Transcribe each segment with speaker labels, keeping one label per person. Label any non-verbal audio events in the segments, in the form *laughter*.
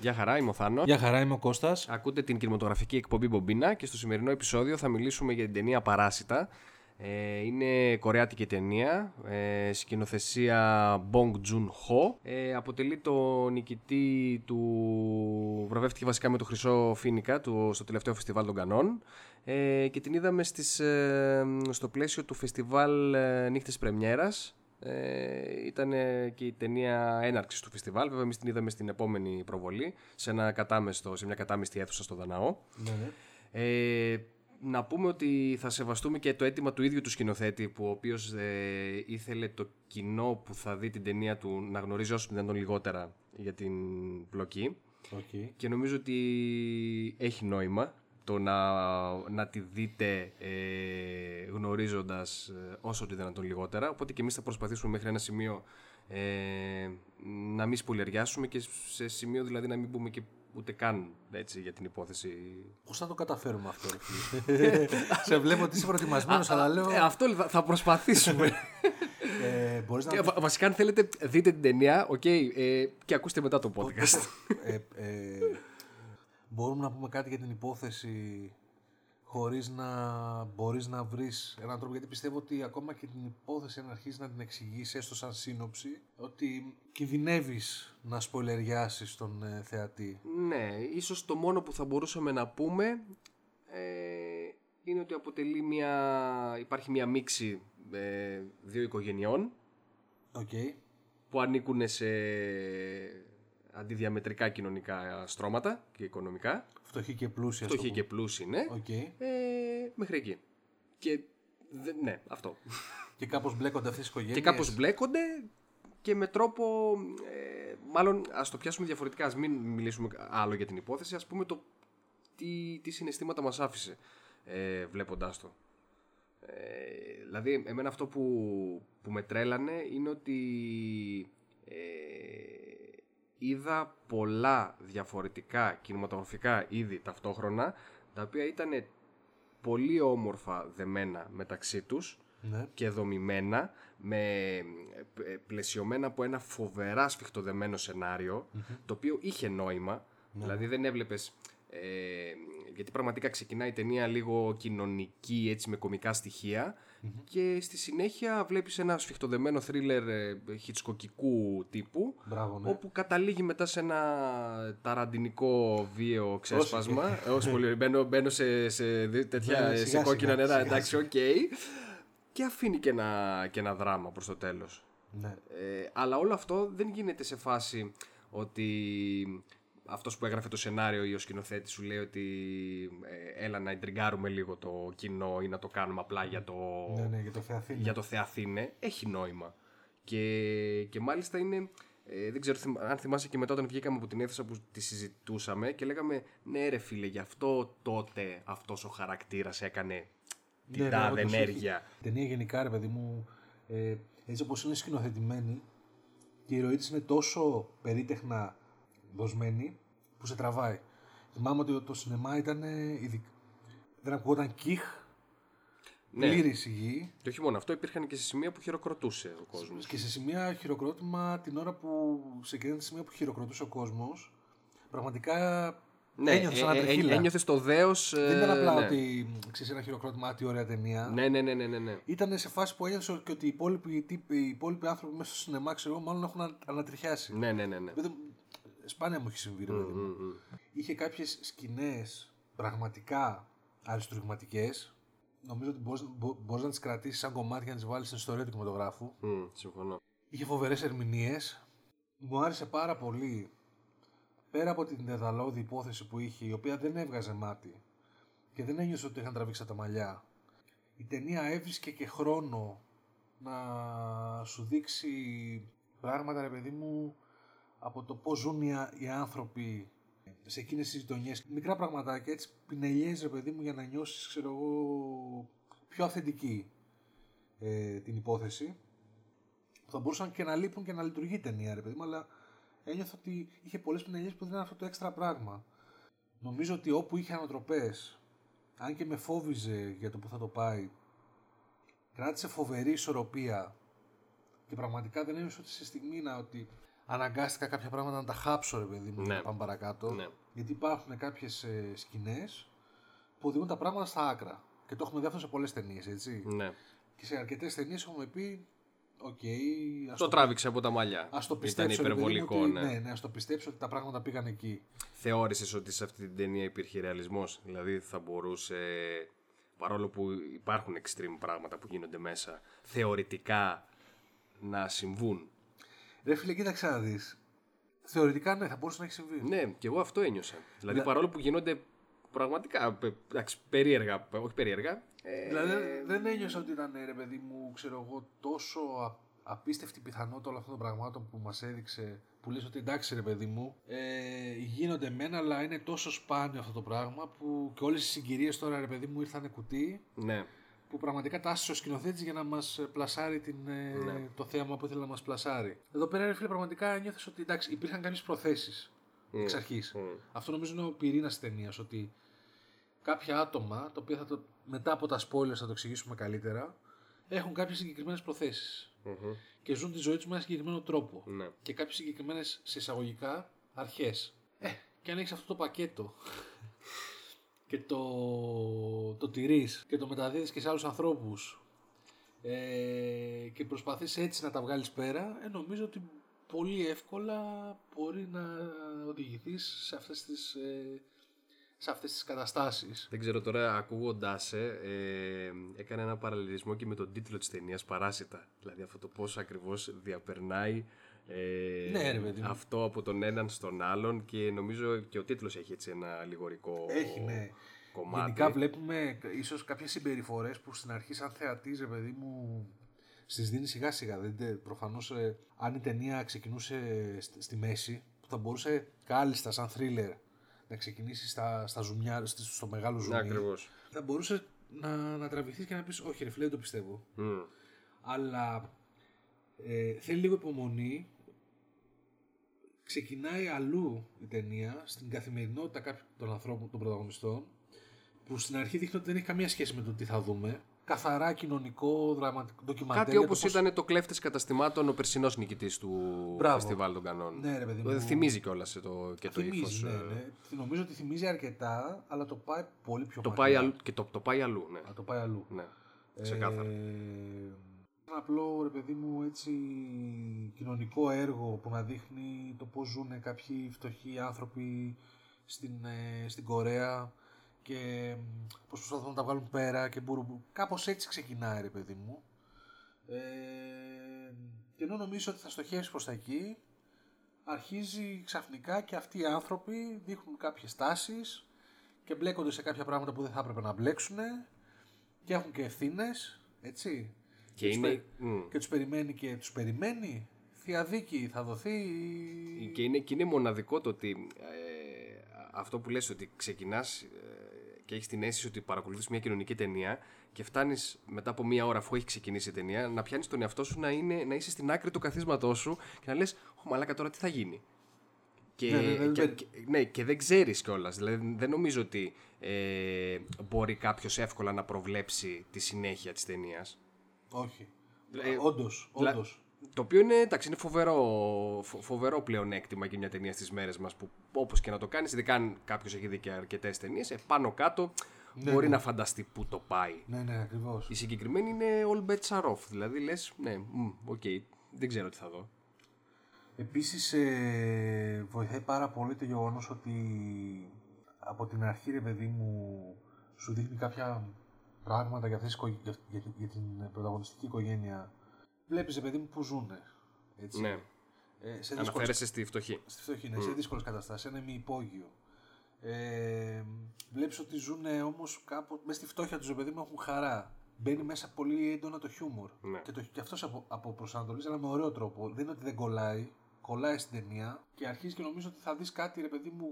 Speaker 1: Γεια χαρά, είμαι ο Θάνος.
Speaker 2: Γεια χαρά, είμαι ο Κώστας.
Speaker 1: Ακούτε την κινηματογραφική εκπομπή Μπομπίνα και στο σημερινό επεισόδιο θα μιλήσουμε για την ταινία Παράσιτα. Ε, είναι κορεάτικη ταινία, ε, σκηνοθεσία Bong Joon-ho. Ε, αποτελεί το νικητή του... Βραβεύτηκε βασικά με το Χρυσό Φίνικα του, στο τελευταίο φεστιβάλ των Κανών. Ε, και την είδαμε στις, ε, στο πλαίσιο του φεστιβάλ ε, Νύχτες Πρεμιέρας ε, ήταν και η ταινία έναρξης του φεστιβάλ. Βέβαια, εμείς την είδαμε στην επόμενη προβολή, σε, ένα κατάμεστο, σε μια κατάμεστη αίθουσα στο Δαναό. Ε, να πούμε ότι θα σεβαστούμε και το αίτημα του ίδιου του σκηνοθέτη, που ο οποίος ε, ήθελε το κοινό που θα δει την ταινία του να γνωρίζει όσο δυνατόν λιγότερα για την πλοκή.
Speaker 2: Okay.
Speaker 1: Και νομίζω ότι έχει νόημα το να, να τη δείτε ε, γνωρίζοντας ε, όσο τη δυνατόν λιγότερα. Οπότε και εμείς θα προσπαθήσουμε μέχρι ένα σημείο ε, να μην σπουλεριάσουμε και σε σημείο δηλαδή να μην πούμε και ούτε καν έτσι, για την υπόθεση
Speaker 2: Πώς θα το καταφέρουμε αυτό, ρε
Speaker 1: *laughs*
Speaker 2: φίλε. Σε βλέπω ότι είσαι προετοιμασμένος, αλλά λέω.
Speaker 1: Ε, αυτό λέει, θα- θα προσπαθήσουμε.
Speaker 2: *laughs* Ε, μπορείς
Speaker 1: Και
Speaker 2: να.
Speaker 1: βα- βασικά, αν θέλετε, δείτε την ταινία οκ, ε, και ακούστε μετά το podcast.
Speaker 2: ε, ε, μπορούμε να πούμε κάτι για την υπόθεση χωρίς να μπορείς να βρεις έναν τρόπο γιατί πιστεύω ότι ακόμα και την υπόθεση αν αρχίσεις να την εξηγήσει έστω σαν σύνοψη ότι κινδυνεύεις να σπολεριάσεις τον ε, θεατή
Speaker 1: ναι, ίσως το μόνο που θα μπορούσαμε να πούμε ε, είναι ότι αποτελεί μια, υπάρχει μια μίξη ε, δύο οικογενειών
Speaker 2: Οκ.
Speaker 1: που ανήκουν σε αντιδιαμετρικά κοινωνικά στρώματα και οικονομικά.
Speaker 2: Φτωχή και πλούσια
Speaker 1: Φτωχοί και πλούσιοι, ναι.
Speaker 2: Οκ.
Speaker 1: Ε, μέχρι εκεί. Και δε- ναι, αυτό.
Speaker 2: Και κάπως μπλέκονται αυτές οι
Speaker 1: και
Speaker 2: οικογένειες.
Speaker 1: κάπως μπλέκονται και με τρόπο... ε, μάλλον ας το πιάσουμε διαφορετικά, ας μην μιλήσουμε άλλο για την υπόθεση, ας πούμε το τι, τι συναισθήματα μας άφησε ε, βλέποντάς το. Ε, δηλαδή, εμένα αυτό που, που με τρέλανε είναι ότι ε, είδα πολλά διαφορετικά κινηματογραφικά είδη ταυτόχρονα, τα οποία ήταν πολύ όμορφα δεμένα μεταξύ τους
Speaker 2: Ναι.
Speaker 1: και δομημένα με ε, ε, πλαισιωμένα από ένα φοβερά σφιχτοδεμένο σενάριο, το οποίο είχε νόημα δηλαδή δεν έβλεπες ε, γιατί πραγματικά ξεκινάει η ταινία λίγο κοινωνική έτσι με κομικά στοιχεία, και στη συνέχεια βλέπεις ένα σφιχτοδεμένο θρίλερ ε, χιτσκοκικού τύπου
Speaker 2: Μπράβο, ναι.
Speaker 1: όπου καταλήγει μετά σε ένα ταραντινικό βίαιο ξέσπασμα. Όσο πολύ μπαίνω, μπαίνω σε, σε, δι- τέτοια,
Speaker 2: Ναι,
Speaker 1: σε
Speaker 2: σιγά,
Speaker 1: κόκκινα
Speaker 2: σιγά,
Speaker 1: νερά,
Speaker 2: σιγά,
Speaker 1: εντάξει, οκ. Και αφήνει και ένα, και ένα δράμα προς το τέλος.
Speaker 2: ναι.
Speaker 1: Ε, αλλά όλο αυτό δεν γίνεται σε φάση ότι αυτός που έγραφε το σενάριο ή ο σκηνοθέτης σου λέει ότι ε, έλα να εντριγκάρουμε λίγο το κοινό ή να το κάνουμε απλά για το,
Speaker 2: Ναι, ναι, για το θεαθήνιο.
Speaker 1: για το Θεαθήνε έχει νόημα. Και, και μάλιστα είναι. ε, δεν ξέρω θυμ- αν θυμάσαι και μετά όταν βγήκαμε από την αίθουσα που τη συζητούσαμε και λέγαμε ναι ρε φίλε γι' αυτό τότε αυτός ο χαρακτήρας έκανε την
Speaker 2: Ναι, ναι,
Speaker 1: τάδε
Speaker 2: όντως
Speaker 1: ενέργεια.
Speaker 2: έχει. Η ταινία γενικά, ρε παιδί μου, ε, έτσι όπως είναι σκηνοθετημένη και η ροή της είναι τόσο περίτεχνα δοσμένη που σε τραβάει. Θυμάμαι ότι το σινεμά ήταν ε, ειδικ- δεν ακουγόταν κιχ,
Speaker 1: Ναι.
Speaker 2: πλήρης η γη
Speaker 1: Και όχι μόνο αυτό, υπήρχαν και σε σημεία που χειροκροτούσε ο κόσμος.
Speaker 2: και σε σημεία χειροκρότημα την ώρα που σε εκείνα τα σημεία που χειροκροτούσε ο κόσμος πραγματικά ένιωθες
Speaker 1: ε, ε,
Speaker 2: ανατριχύλα.
Speaker 1: ε, ένιωθες το δέος... ε,
Speaker 2: Δεν ήταν απλά
Speaker 1: ναι.
Speaker 2: ότι ξέρεις ένα χειροκρότημα, «Α, τι ωραία ταινία.
Speaker 1: Ναι, ναι, ναι, ναι, ναι, ναι.
Speaker 2: ήταν σε φάση που ένιωσε και ότι οι υπόλοιποι, τύποι, οι υπόλοιποι άνθρωποι μέσα στο σινεμά, ξέρω εγώ, μάλλον έχουν ανα- ανατριχιάσει.
Speaker 1: Ναι, ναι, ναι, ναι.
Speaker 2: Παιδί μου, σπάνια μου έχει συμβεί, ρε παιδί μου. Είχε κάποιες σκηνές πραγματικά αριστουργηματικές, νομίζω ότι μπορείς μπορείς να τις κρατήσεις σαν κομμάτια να τις βάλεις στην ιστορία του κινηματογράφου.
Speaker 1: Μμ, συμφωνώ.
Speaker 2: Είχε φοβερές ερμηνείες. Μου άρεσε πάρα πολύ. Πέρα από την δεδαλώδη υπόθεση που είχε, η οποία δεν έβγαζε μάτι και δεν ένιωσε ότι είχαν τραβήξει από τα μαλλιά, η ταινία έβρισκε και χρόνο να σου δείξει πράγματα, ρε παιδί μου, από το πώς ζουν οι, α- οι άνθρωποι σε εκείνες τις γειτονιές. Μικρά πραγματάκια, έτσι πινελιές, ρε παιδί μου, για να νιώσεις, ξέρω εγώ, πιο αυθεντική ε, την υπόθεση που θα μπορούσαν και να λείπουν και να λειτουργεί η ταινία, ρε παιδί μου, αλλά ένιωθα ότι είχε πολλές πινελιές που δίνανε αυτό το έξτρα πράγμα. Νομίζω ότι όπου είχε ανατροπές, αν και με φόβιζε για το που θα το πάει, κράτησε φοβερή ισορροπία και πραγματικά δεν ένιωσα ότι σε στιγμή να ότι αναγκάστηκα κάποια πράγματα να τα χάψω, ρε παιδί μου,
Speaker 1: Ναι.
Speaker 2: να πάμε παρακάτω.
Speaker 1: Ναι.
Speaker 2: Γιατί υπάρχουν κάποιες σκηνές που οδηγούν τα πράγματα στα άκρα. Και το έχουμε δει αυτό σε πολλές ταινίες, έτσι.
Speaker 1: Ναι.
Speaker 2: Και σε αρκετές ταινίες έχουμε πει: Οκ, ας
Speaker 1: Το
Speaker 2: το,
Speaker 1: τράβηξε από τα μαλλιά.
Speaker 2: ας το
Speaker 1: Ήταν
Speaker 2: πιστέψω. ρε παιδί μου,
Speaker 1: υπερβολικό,
Speaker 2: ότι,
Speaker 1: ναι.
Speaker 2: ναι. ναι, ας το πιστέψω ότι τα πράγματα πήγαν εκεί.
Speaker 1: Θεώρησες ότι σε αυτή την ταινία υπήρχε ρεαλισμός. Δηλαδή θα μπορούσε, παρόλο που υπάρχουν extreme πράγματα που γίνονται μέσα, θεωρητικά να συμβούν.
Speaker 2: Ρε φίλε, κοίταξε να δεις. Θεωρητικά ναι, θα μπορούσε να έχει συμβεί.
Speaker 1: Ναι, και εγώ αυτό ένιωσα. Δηλαδή παρόλο που γίνονται πραγματικά ε, εντάξει, περίεργα, ε, όχι περίεργα, ε,
Speaker 2: Δηλαδή δεν ένιωσα ότι ήταν ρε παιδί μου, ξέρω εγώ, τόσο α- απίστευτη πιθανότητα όλων αυτών των πραγμάτων που μας έδειξε. Που λες ότι εντάξει ρε παιδί μου, ε, γίνονται μένα, αλλά είναι τόσο σπάνιο αυτό το πράγμα που και όλες οι συγκυρίες τώρα ρε παιδί μου ήρθαν κουτί.
Speaker 1: ναι.
Speaker 2: που πραγματικά τάσσε ο σκηνοθέτης για να μας πλασάρει την, ε, το θέαμα που ήθελε να μας πλασάρει. Εδώ πέρα, ρε φίλε, πραγματικά νιώθω ότι εντάξει, υπήρχαν κάποιες προθέσεις
Speaker 1: Ναι.
Speaker 2: εξ αρχής. Αυτό νομίζω είναι ο πυρήνας της ταινίας. Ότι κάποια άτομα, τα οποία θα το, μετά από τα spoilers θα το εξηγήσουμε καλύτερα, έχουν κάποιες συγκεκριμένες προθέσεις
Speaker 1: Μμμ.
Speaker 2: και ζουν τη ζωή τους με ένα συγκεκριμένο τρόπο.
Speaker 1: Ναι.
Speaker 2: Και κάποιες συγκεκριμένες σε εισαγωγικά αρχές. Ε, και αν έχεις αυτό το πακέτο *laughs* και το, το τηρείς και το μεταδίδεις και σε άλλους ανθρώπους ε, και προσπαθείς έτσι να τα βγάλεις πέρα, ε, νομίζω ότι πολύ εύκολα μπορεί να οδηγηθείς σε αυτές τις. Ε, σε αυτές τις καταστάσεις.
Speaker 1: Δεν ξέρω τώρα, ακούγοντάς σε, ε, έκανε ένα παραλληλισμό και με τον τίτλο της ταινίας Παράσιτα. Δηλαδή αυτό το πώς ακριβώς διαπερνάει ε,
Speaker 2: Ναι, ρε παιδί μου.
Speaker 1: αυτό από τον έναν στον άλλον και νομίζω και ο τίτλος έχει έτσι ένα λιγορικό
Speaker 2: Έχει, ναι.
Speaker 1: κομμάτι.
Speaker 2: Γενικά βλέπουμε ίσως κάποιες συμπεριφορές που στην αρχή σαν θεατής, ρε παιδί μου, στις δίνει σιγά σιγά. Δεν τε- προφανώς ε, αν η ταινία ξεκινούσε στη, στη μέση, που θα μπορούσε κάλλιστα σαν θρίλερ να ξεκινήσει στα, στα ζουμιά, στη- στο μεγάλο
Speaker 1: Ναι,
Speaker 2: ζουμί,
Speaker 1: ακριβώς.
Speaker 2: θα μπορούσε να, να τραβηχθείς και να πεις «Όχι ρε φίλε, δεν το πιστεύω». Αλλά ε, θέλει λίγο υπομονή. Ξεκινάει αλλού η ταινία, στην καθημερινότητα κάποιων των ανθρώπων, των πρωταγωνιστών, που στην αρχή δείχνει ότι δεν έχει καμία σχέση με το τι θα δούμε. Καθαρά κοινωνικό, δραματικό, ντοκιμαντέρ.
Speaker 1: Κάτι
Speaker 2: για το
Speaker 1: όπως
Speaker 2: πώς-
Speaker 1: ήταν το κλέφτης καταστημάτων ο περσινός νικητής του
Speaker 2: Μπράβο.
Speaker 1: φεστιβάλ των κανόνων.
Speaker 2: Ναι, ρε παιδί μου.
Speaker 1: Δηλαδή, θυμίζει κιόλας το, και το ε. ύφο.
Speaker 2: Θυμίζει, ναι, ναι. Νομίζω ότι θυμίζει αρκετά, αλλά το πάει πολύ πιο
Speaker 1: Το
Speaker 2: μακριά.
Speaker 1: πάει αλλού, και το, το πάει αλλού, ναι.
Speaker 2: Α, το πάει αλλού.
Speaker 1: ναι. Ξεκάθαρα.
Speaker 2: Ε, ένα απλό ρε παιδί μου έτσι κοινωνικό έργο που να δείχνει το πώς ζουν κάποιοι φτωχοί άνθρωποι στην, ε, στην Κορέα και μ, πώς προσπαθούν να τα βγάλουν πέρα και μπουρουμπου. Κάπως έτσι ξεκινάει ρε παιδί μου. Ε, και ενώ νομίζω ότι θα στοχεύσει προς τα εκεί, αρχίζει ξαφνικά και αυτοί οι άνθρωποι δείχνουν κάποιες τάσεις και μπλέκονται σε κάποια πράγματα που δεν θα έπρεπε να μπλέξουν και έχουν και ευθύνες, έτσι.
Speaker 1: Και
Speaker 2: τους
Speaker 1: είναι.
Speaker 2: πε-
Speaker 1: μμ.
Speaker 2: και τους περιμένει και τους περιμένει. Θεία δίκη θα δοθεί.
Speaker 1: Και είναι, και είναι μοναδικό το ότι ε, αυτό που λες ότι ξεκινάς ε, και έχεις την αίσθηση ότι παρακολουθείς μια κοινωνική ταινία και φτάνεις μετά από μία ώρα αφού έχει ξεκινήσει η ταινία να πιάνεις τον εαυτό σου να, είναι, να είσαι στην άκρη του καθίσματός σου και να λες «Ω μαλάκα τώρα τι θα γίνει». Και,
Speaker 2: Ναι, ναι, ναι,
Speaker 1: και,
Speaker 2: ναι.
Speaker 1: και- ναι, και δεν ξέρεις κιόλας. Δηλαδή, δεν νομίζω ότι ε, μπορεί κάποιος εύκολα να προβλέψει τη συνέχεια της ταινίας.
Speaker 2: Όχι.
Speaker 1: Ε,
Speaker 2: όντως, όντως.
Speaker 1: Το οποίο είναι, εντάξει, είναι φοβερό, φο- φοβερό πλεονέκτημα για μια ταινία στις μέρες μας που όπως και να το κάνεις, ειδικά αν κάποιος έχει δει και αρκετές ταινίες, πάνω κάτω μπορεί να φανταστεί πού το πάει.
Speaker 2: Ναι, ναι, ακριβώς.
Speaker 1: Η συγκεκριμένη είναι all bets are off. Δηλαδή λες, ναι, μμ, οκ, δεν ξέρω τι θα δω.
Speaker 2: Επίσης ε, βοηθάει πάρα πολύ το γεγονός ότι από την αρχή ρε παιδί μου σου δείχνει κάποια πράγματα για, αυτές, τις οικογέ- για, για, για την πρωταγωνιστική οικογένεια. Βλέπεις, παιδί μου, που ζουν. Έτσι.
Speaker 1: Ναι.
Speaker 2: Ε, σε δύσκολες
Speaker 1: Αναφέρεσαι στη φτωχή.
Speaker 2: στη φτωχή, είναι σε δύσκολες καταστάσεις, ένα μη υπόγειο. Ε, Βλέπεις ότι ζουν όμως κάπου μέσα στη φτώχεια τους, παιδί μου, έχουν χαρά. Μπαίνει μέσα πολύ έντονα το χιούμορ.
Speaker 1: Ναι.
Speaker 2: Και, το, και αυτός από, από προσανατολίζει, αλλά με ωραίο τρόπο. Δεν είναι ότι δεν κολλάει, κολλάει στην ταινία και αρχίζεις και νομίζω ότι θα δεις κάτι, ρε παιδί μου,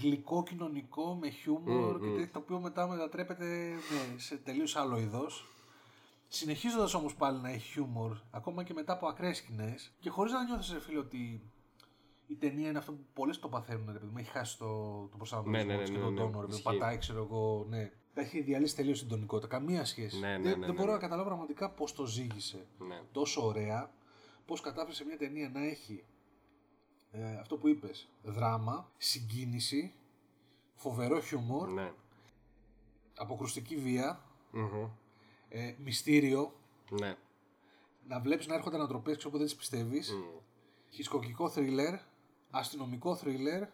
Speaker 2: γλυκό κοινωνικό με χιούμορ
Speaker 1: Μμμ,
Speaker 2: και
Speaker 1: μμμ.
Speaker 2: τέτοιο, το οποίο μετά μετατρέπεται ναι, σε τελείως άλλο είδος. Συνεχίζοντας όμως πάλι να έχει χιούμορ, ακόμα και μετά από ακραίες σκηνές, και χωρίς να νιώθεις, φίλε, ότι η ταινία είναι αυτό που πολλές το παθαίνουν, ρε παιδί μου. Έχει χάσει το, το προσανατολισμό
Speaker 1: Ναι, ναι, ναι,
Speaker 2: της
Speaker 1: ναι,
Speaker 2: και τον
Speaker 1: ναι,
Speaker 2: τόνο, ρε παιδί μου.
Speaker 1: ισχύει.
Speaker 2: Πατάει, ξέρω εγώ, ναι. Τα έχει διαλύσει τελείως την τονικότητα. Καμία σχέση.
Speaker 1: Ναι, ναι,
Speaker 2: δεν,
Speaker 1: ναι,
Speaker 2: δεν
Speaker 1: ναι,
Speaker 2: μπορώ
Speaker 1: ναι.
Speaker 2: να καταλάβω πραγματικά πώς το ζήγησε
Speaker 1: Ναι.
Speaker 2: τόσο ωραία, πώς κατάφερε σε μια ταινία να έχει ε, αυτό που είπες, δράμα, συγκίνηση, φοβερό χιούμορ,
Speaker 1: Ναι.
Speaker 2: αποκρουστική βία,
Speaker 1: Μμμ.
Speaker 2: ε, μυστήριο,
Speaker 1: Ναι.
Speaker 2: να βλέπεις να έρχονται ανατροπές ξέρω που δεν τις πιστεύεις.
Speaker 1: Μμ.
Speaker 2: Χισκοκικό θρίλερ, αστυνομικό θρίλερ.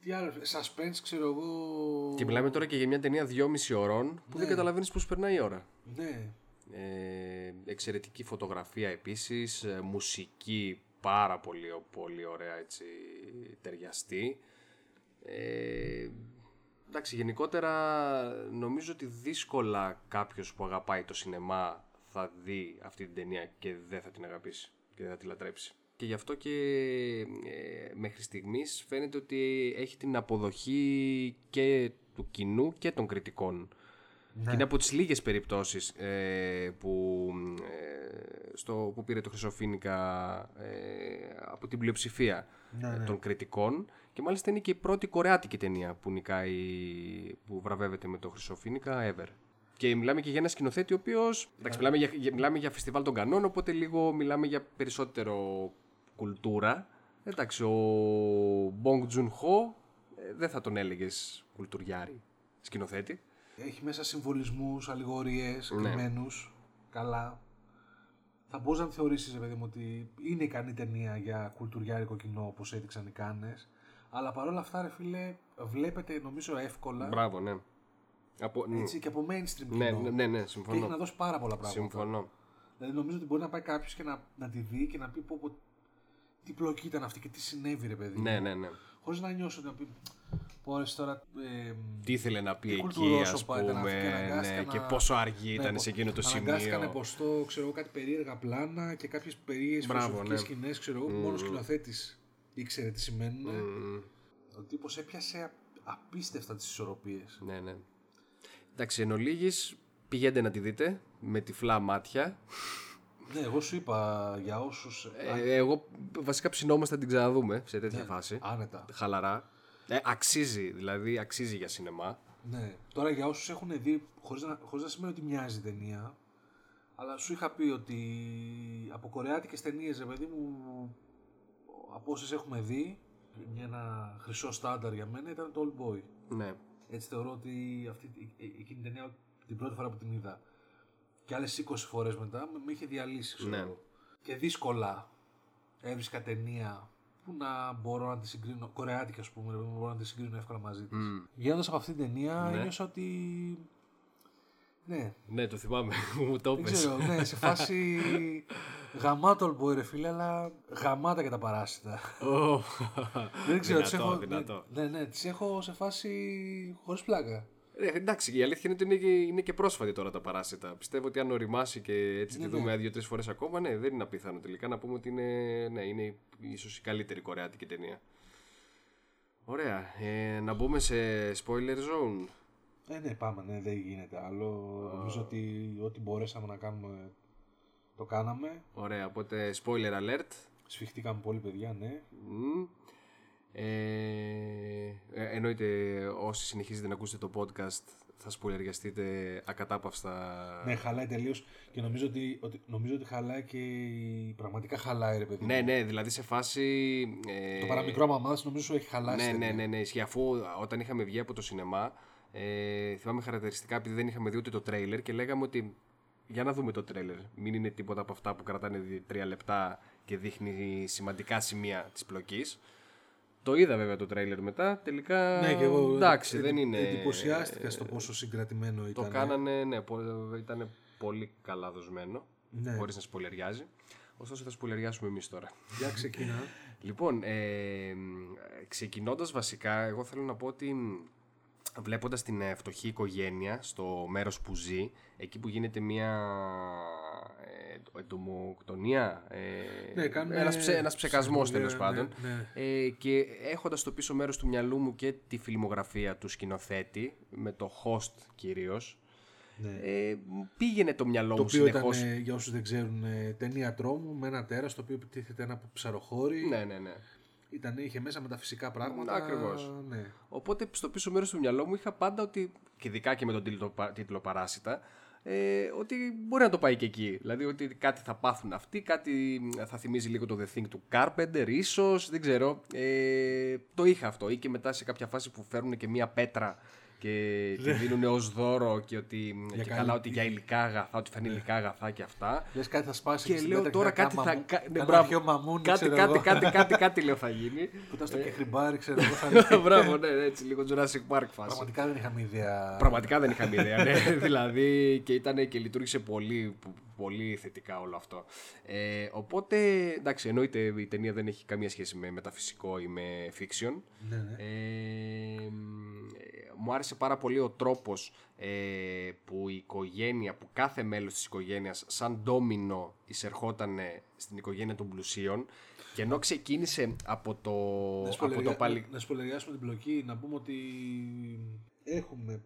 Speaker 2: Τι άλλο, suspense ξέρω εγώ.
Speaker 1: Και μιλάμε τώρα και για μια ταινία 2,5 ωρών που δεν καταλαβαίνεις πώς περνάει η ώρα.
Speaker 2: Ναι,
Speaker 1: Ε, εξαιρετική φωτογραφία επίσης, ε, μουσική πάρα πολύ, ω- πολύ ωραία έτσι ταιριαστή. Ε, εντάξει, γενικότερα νομίζω ότι δύσκολα κάποιος που αγαπάει το σινεμά θα δει αυτή την ταινία και δεν θα την αγαπήσει και δεν θα τη λατρέψει. Και γι' αυτό και ε, μέχρι στιγμής φαίνεται ότι έχει την αποδοχή και του κοινού και των κριτικών. Και είναι από τις λίγες περιπτώσεις ε, που, ε, στο, που πήρε το Χρυσοφίνικα ε, από την πλειοψηφία ε, των κριτικών και μάλιστα είναι και η πρώτη κορεάτικη ταινία που νικάει, που βραβεύεται με το Χρυσοφίνικα ever. Και μιλάμε και για ένα σκηνοθέτη ο οποίος. Εντάξει, μιλάμε για, για- μιλάμε για φεστιβάλ των κανόνων, οπότε λίγο μιλάμε για περισσότερο κουλτούρα. Εντάξει, ο Μπονγκ Τζουν Χο δεν θα τον έλεγες κουλτουριάρη σκηνοθέτη.
Speaker 2: έχει μέσα συμβολισμούς, αλληγορίες,
Speaker 1: Ναι.
Speaker 2: κρυμμένου. Καλά. Θα μπορούσε να θεωρήσεις, παιδί μου, ότι είναι ικανή ταινία για κουλτουριάρικο κοινό όπως έδειξαν οι Κάνες. Αλλά παρόλα αυτά, ρε φίλε, βλέπετε νομίζω εύκολα
Speaker 1: Μπράβο, ναι. Από... ναι,
Speaker 2: έτσι, και από mainstream κοινό.
Speaker 1: Ναι, ναι, ναι, ναι,
Speaker 2: Και έχει
Speaker 1: συμφωνώ.
Speaker 2: να δώσει πάρα πολλά πράγματα.
Speaker 1: Συμφωνώ.
Speaker 2: Δηλαδή νομίζω ότι μπορεί να πάει κάποιος και να, να τη δει και να πει πω, πω τι πλοκή ήταν αυτή και τι συνέβη ρε παιδί.
Speaker 1: Ναι, ναι, ναι.
Speaker 2: Χωρίς να νιώσω να πει πω ρε, τώρα ε,
Speaker 1: Τι ήθελε να πει εκεί, α
Speaker 2: κουλτουρόσωπα ήταν αυτή και
Speaker 1: πούμε,
Speaker 2: αναγκάστηκα
Speaker 1: ναι,
Speaker 2: να-
Speaker 1: και πόσο αργή
Speaker 2: ναι,
Speaker 1: ήταν
Speaker 2: πω-
Speaker 1: σε εκείνο το
Speaker 2: Αναγκάστηκα να
Speaker 1: σημείο.
Speaker 2: υποστώ ξέρω, εγώ, κάτι περίεργα πλάνα και κάποιες περίεργες
Speaker 1: Μπράβο,
Speaker 2: φιλοσοφικές
Speaker 1: ναι.
Speaker 2: σκηνές ξέρω, εγώ, που μόνος σκηνοθέτης ήξερε τι σημαίνουν.
Speaker 1: Μμμ.
Speaker 2: Ο τύπος έπιασε α- απίστευτα τις ισορροπίες.
Speaker 1: Ναι, ναι. Εντάξει, εν ολίγης, πηγαίνετε να τη δείτε με τυφλά μάτια.
Speaker 2: ναι, εγώ σου είπα για όσους
Speaker 1: Ε, εγώ βασικά ψινόμαστε να την ξαναδούμε σε
Speaker 2: Ναι.
Speaker 1: τέτοια φάση.
Speaker 2: άνετα.
Speaker 1: Χαλαρά. Ε, αξίζει, δηλαδή αξίζει για σινεμά.
Speaker 2: Ναι. Τώρα για όσους έχουν δει, χωρίς να, χωρίς να σημαίνει ότι μοιάζει η ταινία, αλλά σου είχα πει ότι από κορεάτικες ταινίες, ρε παιδί μου, από όσες έχουμε δει, μια- ένα χρυσό στάνταρ για μένα ήταν το Old Boy.
Speaker 1: Ναι.
Speaker 2: Έτσι θεωρώ ότι αυτή, ε- ε- εκείνη την ταινία την πρώτη φορά που την είδα και άλλες 20 φορές μετά με, με είχε διαλύσει. ξέρω
Speaker 1: Ναι.
Speaker 2: εγώ. Και δύσκολα έβρισκα ταινία που να μπορώ να τη συγκρίνω, κορεάτικη ας πούμε, ρε παιδί μου, μπορώ να τη συγκρίνω εύκολα μαζί της.
Speaker 1: Μμ.
Speaker 2: Βγαίνοντας από αυτή την ταινία,
Speaker 1: Ναι.
Speaker 2: ένιωσα ότι. Ναι,
Speaker 1: Ναι, το θυμάμαι. *laughs* Μου το
Speaker 2: δεν
Speaker 1: έπεσε.
Speaker 2: ξέρω, ναι, σε φάση γαμάτο ολμπόι ρε φίλε, αλλά γαμάτα και τα παράσιτα. δεν ξέρω, τις
Speaker 1: Δυνατό,
Speaker 2: έχω,
Speaker 1: δυνατό.
Speaker 2: Ναι, ναι, τις έχω σε φάση χωρίς πλάκα.
Speaker 1: Ε, εντάξει, η αλήθεια είναι ότι είναι και, είναι και πρόσφατη τώρα τα παράσιτα. Πιστεύω ότι αν οριμάσει και έτσι τη
Speaker 2: Ναι,
Speaker 1: δούμε δύο-τρει φορές ακόμα, ναι, δεν είναι απίθανο τελικά να πούμε ότι είναι, ναι, είναι ίσως η καλύτερη κορεάτικη ταινία. Ωραία. Ε, να μπούμε σε spoiler zone.
Speaker 2: Ε, ναι, πάμε, ναι, δεν γίνεται άλλο. Νομίζω ότι ό,τι μπορέσαμε να κάνουμε το κάναμε.
Speaker 1: Ωραία, οπότε spoiler alert.
Speaker 2: Σφιχτήκαμε πολύ, παιδιά, ναι.
Speaker 1: Μμμ. Ε, ε, εννοείται όσοι συνεχίζετε να ακούσετε το podcast θα σπουλεριαστείτε ακατάπαυστα.
Speaker 2: Ναι, χαλάει τελείως και νομίζω ότι, ότι, νομίζω ότι χαλάει και η- πραγματικά χαλάει, ρε παιδί.
Speaker 1: ναι, ναι, δηλαδή σε φάση... ε,
Speaker 2: Το παραμικρό μαμάδας νομίζω σου έχει χαλάσει.
Speaker 1: Ναι,
Speaker 2: την
Speaker 1: ναι, ναι, ναι. Ισχύει. Αφού όταν είχαμε βγει από το σινεμά, ε, θυμάμαι χαρακτηριστικά επειδή δεν είχαμε δει ούτε το τρέιλερ και λέγαμε ότι για να δούμε το τρέιλερ. Μην είναι τίποτα από αυτά που κρατάνε δι- τρία λεπτά και δείχνει σημαντικά σημεία της πλοκής. Το είδα βέβαια το τρέιλερ μετά. Τελικά.
Speaker 2: Ναι, και εγώ
Speaker 1: εντάξει,
Speaker 2: εν-
Speaker 1: δεν είναι.
Speaker 2: εντυπωσιάστηκα στο πόσο συγκρατημένο
Speaker 1: Το
Speaker 2: ήταν.
Speaker 1: κάνανε, ναι, πο- ήταν πολύ καλά δοσμένο.
Speaker 2: Ναι.
Speaker 1: Χωρίς να σπολεριάζει. Ωστόσο, θα σπολεριάσουμε εμείς τώρα.
Speaker 2: Για ξεκινά.
Speaker 1: Λοιπόν, ε, ξεκινώντας βασικά, εγώ θέλω να πω ότι βλέποντας την ε, φτωχή οικογένεια στο μέρος που ζει, εκεί που γίνεται μια ε, εντομοκτονία, ε,
Speaker 2: Ναι, κάνουν-
Speaker 1: ένας, ψε, ένας ψεκασμός
Speaker 2: ψεκασμό,
Speaker 1: τέλος
Speaker 2: ναι,
Speaker 1: πάντων,
Speaker 2: ναι,
Speaker 1: Ε, και έχοντας στο πίσω μέρος του μυαλού μου και τη φιλμογραφία του σκηνοθέτη, με το host κυρίως,
Speaker 2: ναι.
Speaker 1: ε, πήγαινε το μυαλό
Speaker 2: Το
Speaker 1: μου
Speaker 2: οποίο ήταν,
Speaker 1: συνεχώς.
Speaker 2: ε, για όσους δεν ξέρουν, ε, ταινία τρόμου με ένα τέρας το οποίο επιτίθεται ένα ψαροχώρι.
Speaker 1: Ναι, ναι, ναι.
Speaker 2: Ήταν, είχε μέσα μεταφυσικά πράγματα.
Speaker 1: Ακριβώς.
Speaker 2: Ναι.
Speaker 1: Οπότε στο πίσω μέρος του μυαλό μου είχα πάντα ότι, και ειδικά και με τον τίτλο, πα- τίτλο Παράσιτα, ε, ότι μπορεί να το πάει και εκεί. Δηλαδή ότι κάτι θα πάθουν αυτοί, κάτι θα θυμίζει λίγο το The Thing του Carpenter, ίσως, δεν ξέρω. Ε, το είχα αυτό. Ή και μετά σε κάποια φάση που φέρνουν και μία πέτρα και τη δίνουν ως δώρο και, ότι, και
Speaker 2: Ναι. καλή Ναι.
Speaker 1: καλά ότι για υλικά αγαθά, ότι φέρνει υλικά αγαθά και αυτά.
Speaker 2: Λες κάτι θα σπάσει
Speaker 1: Και
Speaker 2: στην
Speaker 1: λέω
Speaker 2: πέτρα
Speaker 1: τώρα
Speaker 2: κάνα
Speaker 1: κάτι θα.
Speaker 2: μαμού-
Speaker 1: κα- ναι,
Speaker 2: κάνα
Speaker 1: μπράβο.
Speaker 2: αρχαίο μαμούνι,
Speaker 1: κάτι,
Speaker 2: ξέρω
Speaker 1: κάτι,
Speaker 2: εγώ.
Speaker 1: κάτι, κάτι, κάτι, λέω
Speaker 2: *laughs*
Speaker 1: θα γίνει. Ε,
Speaker 2: Που ήταν στο κεχριμπάρι, ξέρω εγώ.
Speaker 1: *laughs*
Speaker 2: θα-
Speaker 1: Μπράβο, ναι, έτσι λίγο Jurassic Park φάση.
Speaker 2: *laughs* Πραγματικά δεν είχαμε ιδέα.
Speaker 1: Πραγματικά δεν είχαμε ιδέα. Ναι. *laughs* δηλαδή και, ήταν, και λειτουργήσε πολύ, πολύ θετικά όλο αυτό. Ε, οπότε, εντάξει, εννοείται η ταινία δεν έχει καμία σχέση με μεταφυσικό ή με fiction.
Speaker 2: Ναι, ναι.
Speaker 1: Ε, μ, ε, μου άρεσε πάρα πολύ ο τρόπος ε, που η οικογένεια, που κάθε μέλος της οικογένειας σαν ντόμινο εισερχόταν στην οικογένεια των πλουσίων και ενώ ξεκίνησε από το,
Speaker 2: Να
Speaker 1: από το
Speaker 2: σπολεριά-
Speaker 1: παλι...
Speaker 2: Να σπολεριάσουμε την πλοκή, να πούμε ότι έχουμε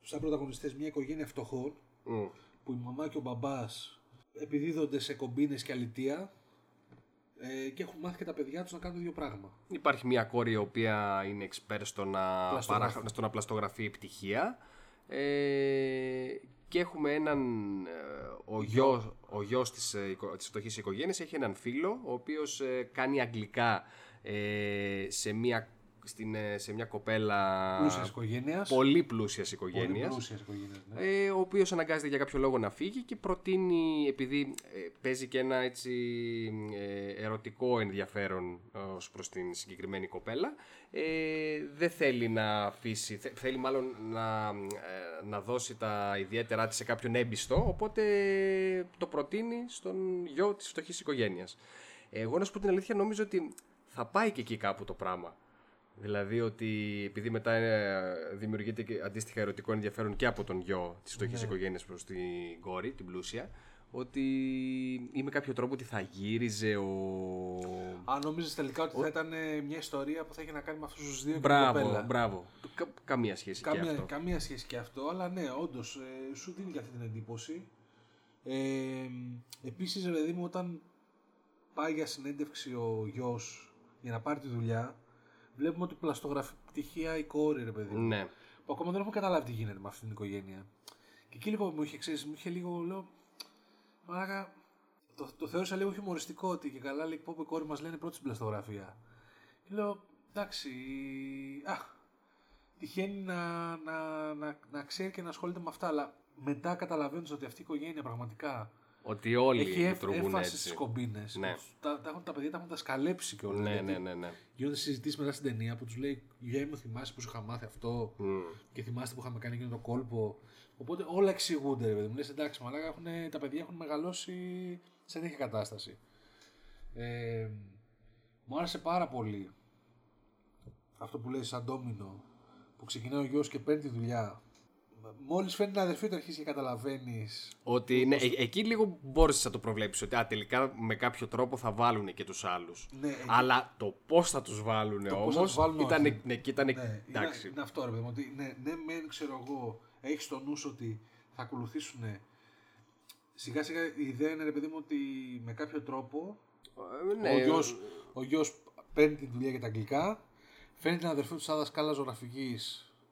Speaker 2: σαν πρωταγωνιστές μια οικογένεια φτωχών
Speaker 1: Μμ.
Speaker 2: που η μαμά και ο μπαμπάς επιδίδονται σε κομπίνες και αλητεία ε, και έχουν μάθει και τα παιδιά τους να κάνουν δύο πράγμα.
Speaker 1: Υπάρχει μια κόρη η οποία είναι expert στο να,
Speaker 2: Πλαστογράφη.
Speaker 1: παραχ- στο να πλαστογραφεί πτυχία. Ε, και έχουμε έναν. ε, Ο γιος, ο γιος της, ε, οικο- της φτωχής οικογένειας έχει έναν φίλο ο οποίος ε, κάνει αγγλικά ε, σε, μια, στην, ε, σε μια κοπέλα
Speaker 2: Πλούσιας οικογένειας.
Speaker 1: πολύ πλούσιας
Speaker 2: Πολύ
Speaker 1: οικογένειας
Speaker 2: πλούσιας οικογένειας, ναι.
Speaker 1: ε, ο οποίος αναγκάζεται για κάποιο λόγο να φύγει και προτείνει, επειδή ε, παίζει και ένα έτσι ε, ερωτικό ενδιαφέρον ε, ως προς την συγκεκριμένη κοπέλα, ε, δεν θέλει να αφήσει, θε- θέλει μάλλον να, ε, να δώσει τα ιδιαίτερά της σε κάποιον έμπιστο, οπότε το προτείνει στον γιο της φτωχής οικογένειας. Ε, Εγώ να σου πω την αλήθεια νομίζω ότι θα πάει και εκεί κάπου το πράγμα. Δηλαδή ότι επειδή μετά ε, δημιουργείται και αντίστοιχα ερωτικό ενδιαφέρον και από τον γιο της
Speaker 2: Ναι.
Speaker 1: φτωχής οικογένειας προς την κόρη, την πλούσια, ότι ή με κάποιο τρόπο ότι θα γύριζε ο...
Speaker 2: Αν νόμιζες τελικά ότι θα ήταν ε, μια ιστορία που θα είχε να κάνει με αυτούς τους δύο και την
Speaker 1: Μπράβο,
Speaker 2: κοπέλα.
Speaker 1: μπράβο. Κα- καμία σχέση και
Speaker 2: Καμία,
Speaker 1: αυτό.
Speaker 2: καμία σχέση και αυτό, αλλά ναι, όντως ε, σου δίνει και αυτή την εντύπωση. Ε, Επίσης, ρε παιδί μου, όταν πάει για συνέντευξη ο γιος για να πάρει τη δουλειά, βλέπουμε ότι πλαστογραφεί πτυχία η κόρη, ρε παιδί μου.
Speaker 1: Ναι.
Speaker 2: Που ακόμα δεν έχουμε καταλάβει τι γίνεται με αυτή την οικογένεια. Και εκεί λίγο μου είχε ξέρεις, μου είχε λίγο, λέω, μαλάκα, το, το θεώρησα λίγο χιουμοριστικό ότι και καλά λέει πω πω, η κόρη μας λένε πρώτη στην πλαστογραφία. Και λέω, εντάξει, α, τυχαίνει να, να, να, να ξέρει και να ασχολείται με αυτά, αλλά μετά καταλαβαίνεις ότι αυτή η οικογένεια πραγματικά
Speaker 1: Ότι όλοι
Speaker 2: έχει έφ-
Speaker 1: λειτουργούν
Speaker 2: έφαση
Speaker 1: έτσι.
Speaker 2: στις κομπίνες.
Speaker 1: Ναι.
Speaker 2: Τα, τα, έχουν- τα παιδιά τα έχουν τα σκαλέψει και όλα.
Speaker 1: Ναι, ναι, ναι, ναι.
Speaker 2: Γίνονται συζητήσεις μετά στην ταινία που τους λέει: Γιάννη, μου θυμάσαι που σου είχα μάθει αυτό
Speaker 1: Μμ.
Speaker 2: και θυμάστε που είχαμε κάνει εκείνο το κόλπο. Οπότε όλα εξηγούνται, ρε παιδί μου. Λες, εντάξει, μαλάκα, έχουνε- τα παιδιά έχουν μεγαλώσει σε τέτοια κατάσταση. Ε, μου άρεσε πάρα πολύ αυτό που λέει σαν ντόμινο που ξεκινάει ο γιος και παίρνει τη δουλειά. Μόλις φέρνει την αδερφή του αρχίζει και καταλαβαίνεις
Speaker 1: Ότι ναι, ε- εκεί λίγο μπόρεσες να το προβλέψεις ότι α, τελικά με κάποιο τρόπο θα βάλουν και τους άλλους.
Speaker 2: Ναι, εκεί-
Speaker 1: Αλλά το πώς θα τους βάλουν
Speaker 2: πώς θα
Speaker 1: όμως
Speaker 2: τους βάλουν,
Speaker 1: ήταν.
Speaker 2: όχι.
Speaker 1: Ναι, και ήταν.
Speaker 2: Ναι, είναι,
Speaker 1: εντάξει.
Speaker 2: είναι αυτό ρε παιδί μου. Ότι ναι, ναι, μεν ξέρω εγώ, έχεις στο νου σου ότι θα ακολουθήσουν. Σιγά σιγά η ιδέα είναι ρε παιδί μου ότι με κάποιο τρόπο
Speaker 1: Ε, ναι,
Speaker 2: ο, γιος, ο γιος παίρνει τη δουλειά για τα αγγλικά, φέρνει την αδερφή του σαν δασκάλα ζωγραφικής.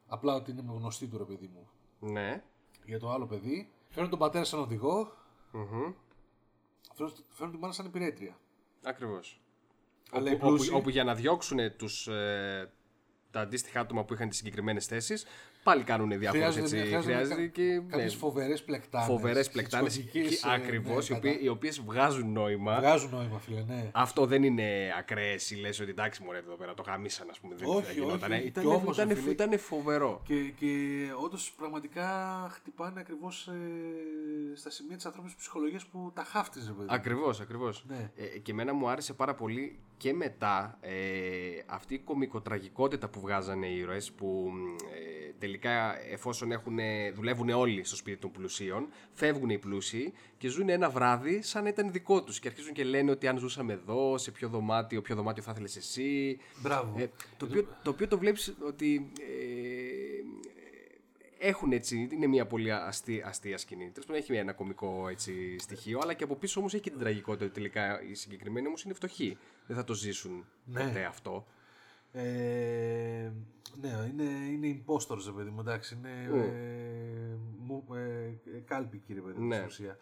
Speaker 2: Απλά ότι είναι γνωστή του ρε παιδί μου.
Speaker 1: ναι.
Speaker 2: Για το άλλο παιδί. Φέρνει τον πατέρα σαν οδηγό,
Speaker 1: Μμμ.
Speaker 2: φέρνει, φέρνει τη μάνα σαν υπηρέτρια.
Speaker 1: Ακριβώς.
Speaker 2: Αλλά
Speaker 1: Όπου,
Speaker 2: οι πλούσιοι-
Speaker 1: όπου- όπου για να διώξουν τους, ε, τα αντίστοιχα άτομα που είχαν τις συγκεκριμένες θέσεις πάλι κάνουν διάφορε
Speaker 2: Χρειάζονται-
Speaker 1: έτσι.
Speaker 2: χρειάζονται
Speaker 1: Χρειάζεται
Speaker 2: κα-
Speaker 1: και. ναι.
Speaker 2: Κάποιες φοβερές πλεκτάνες.
Speaker 1: Φοβερές πλεκτάνες.
Speaker 2: ε,
Speaker 1: Ακριβώς,
Speaker 2: ναι,
Speaker 1: οι οποίες βγάζουν νόημα.
Speaker 2: Βγάζουν νόημα, φίλε, ναι.
Speaker 1: Αυτό δεν είναι ακραίε οι λες ότι εντάξει, μωρέ εδώ πέρα το γαμίσαν, ας πούμε. Δεν
Speaker 2: Όχι,
Speaker 1: θα γινόταν.
Speaker 2: όχι.
Speaker 1: Ήταν,
Speaker 2: Κι όμως,
Speaker 1: ήταν,
Speaker 2: ρε φίλε.
Speaker 1: ήταν φοβερό.
Speaker 2: Και, και όντως πραγματικά χτυπάνε ακριβώς στα σημεία της ανθρώπινης ψυχολογίας που τα χάφτιζε, παιδί.
Speaker 1: Ακριβώς, ακριβώς.
Speaker 2: Ναι.
Speaker 1: Ε, και εμένα μου άρεσε πάρα πολύ και μετά ε, αυτή η κομικοτραγικότητα που βγάζανε οι ήρωες που μ, ε, τελικά εφόσον έχουν, δουλεύουν όλοι στο σπίτι των πλουσίων, φεύγουν οι πλούσιοι και ζουν ένα βράδυ σαν να ήταν δικό τους. Και αρχίζουν και λένε ότι αν ζούσαμε εδώ, σε ποιο δωμάτιο, ποιο δωμάτιο θα ήθελες εσύ.
Speaker 2: Μπράβο.
Speaker 1: Ε, το, οποίο, το οποίο το βλέπεις ότι ε, έχουν έτσι, είναι μια πολύ αστεία, αστεία σκηνή. Τέλος πάντων, έχει ένα κωμικό έτσι, στοιχείο, αλλά και από πίσω όμως έχει και την τραγικότητα ότι τελικά οι συγκεκριμένοι όμως είναι φτωχοί. Δεν θα το ζήσουν
Speaker 2: Ναι.
Speaker 1: ποτέ αυτό.
Speaker 2: Ε, ναι, είναι, είναι impostors, ρε παιδί μου, εντάξει. Είναι ε, μου- ε, ε, κάλπικοι, κύριε παιδί μου,
Speaker 1: Ναι.
Speaker 2: στην ουσία.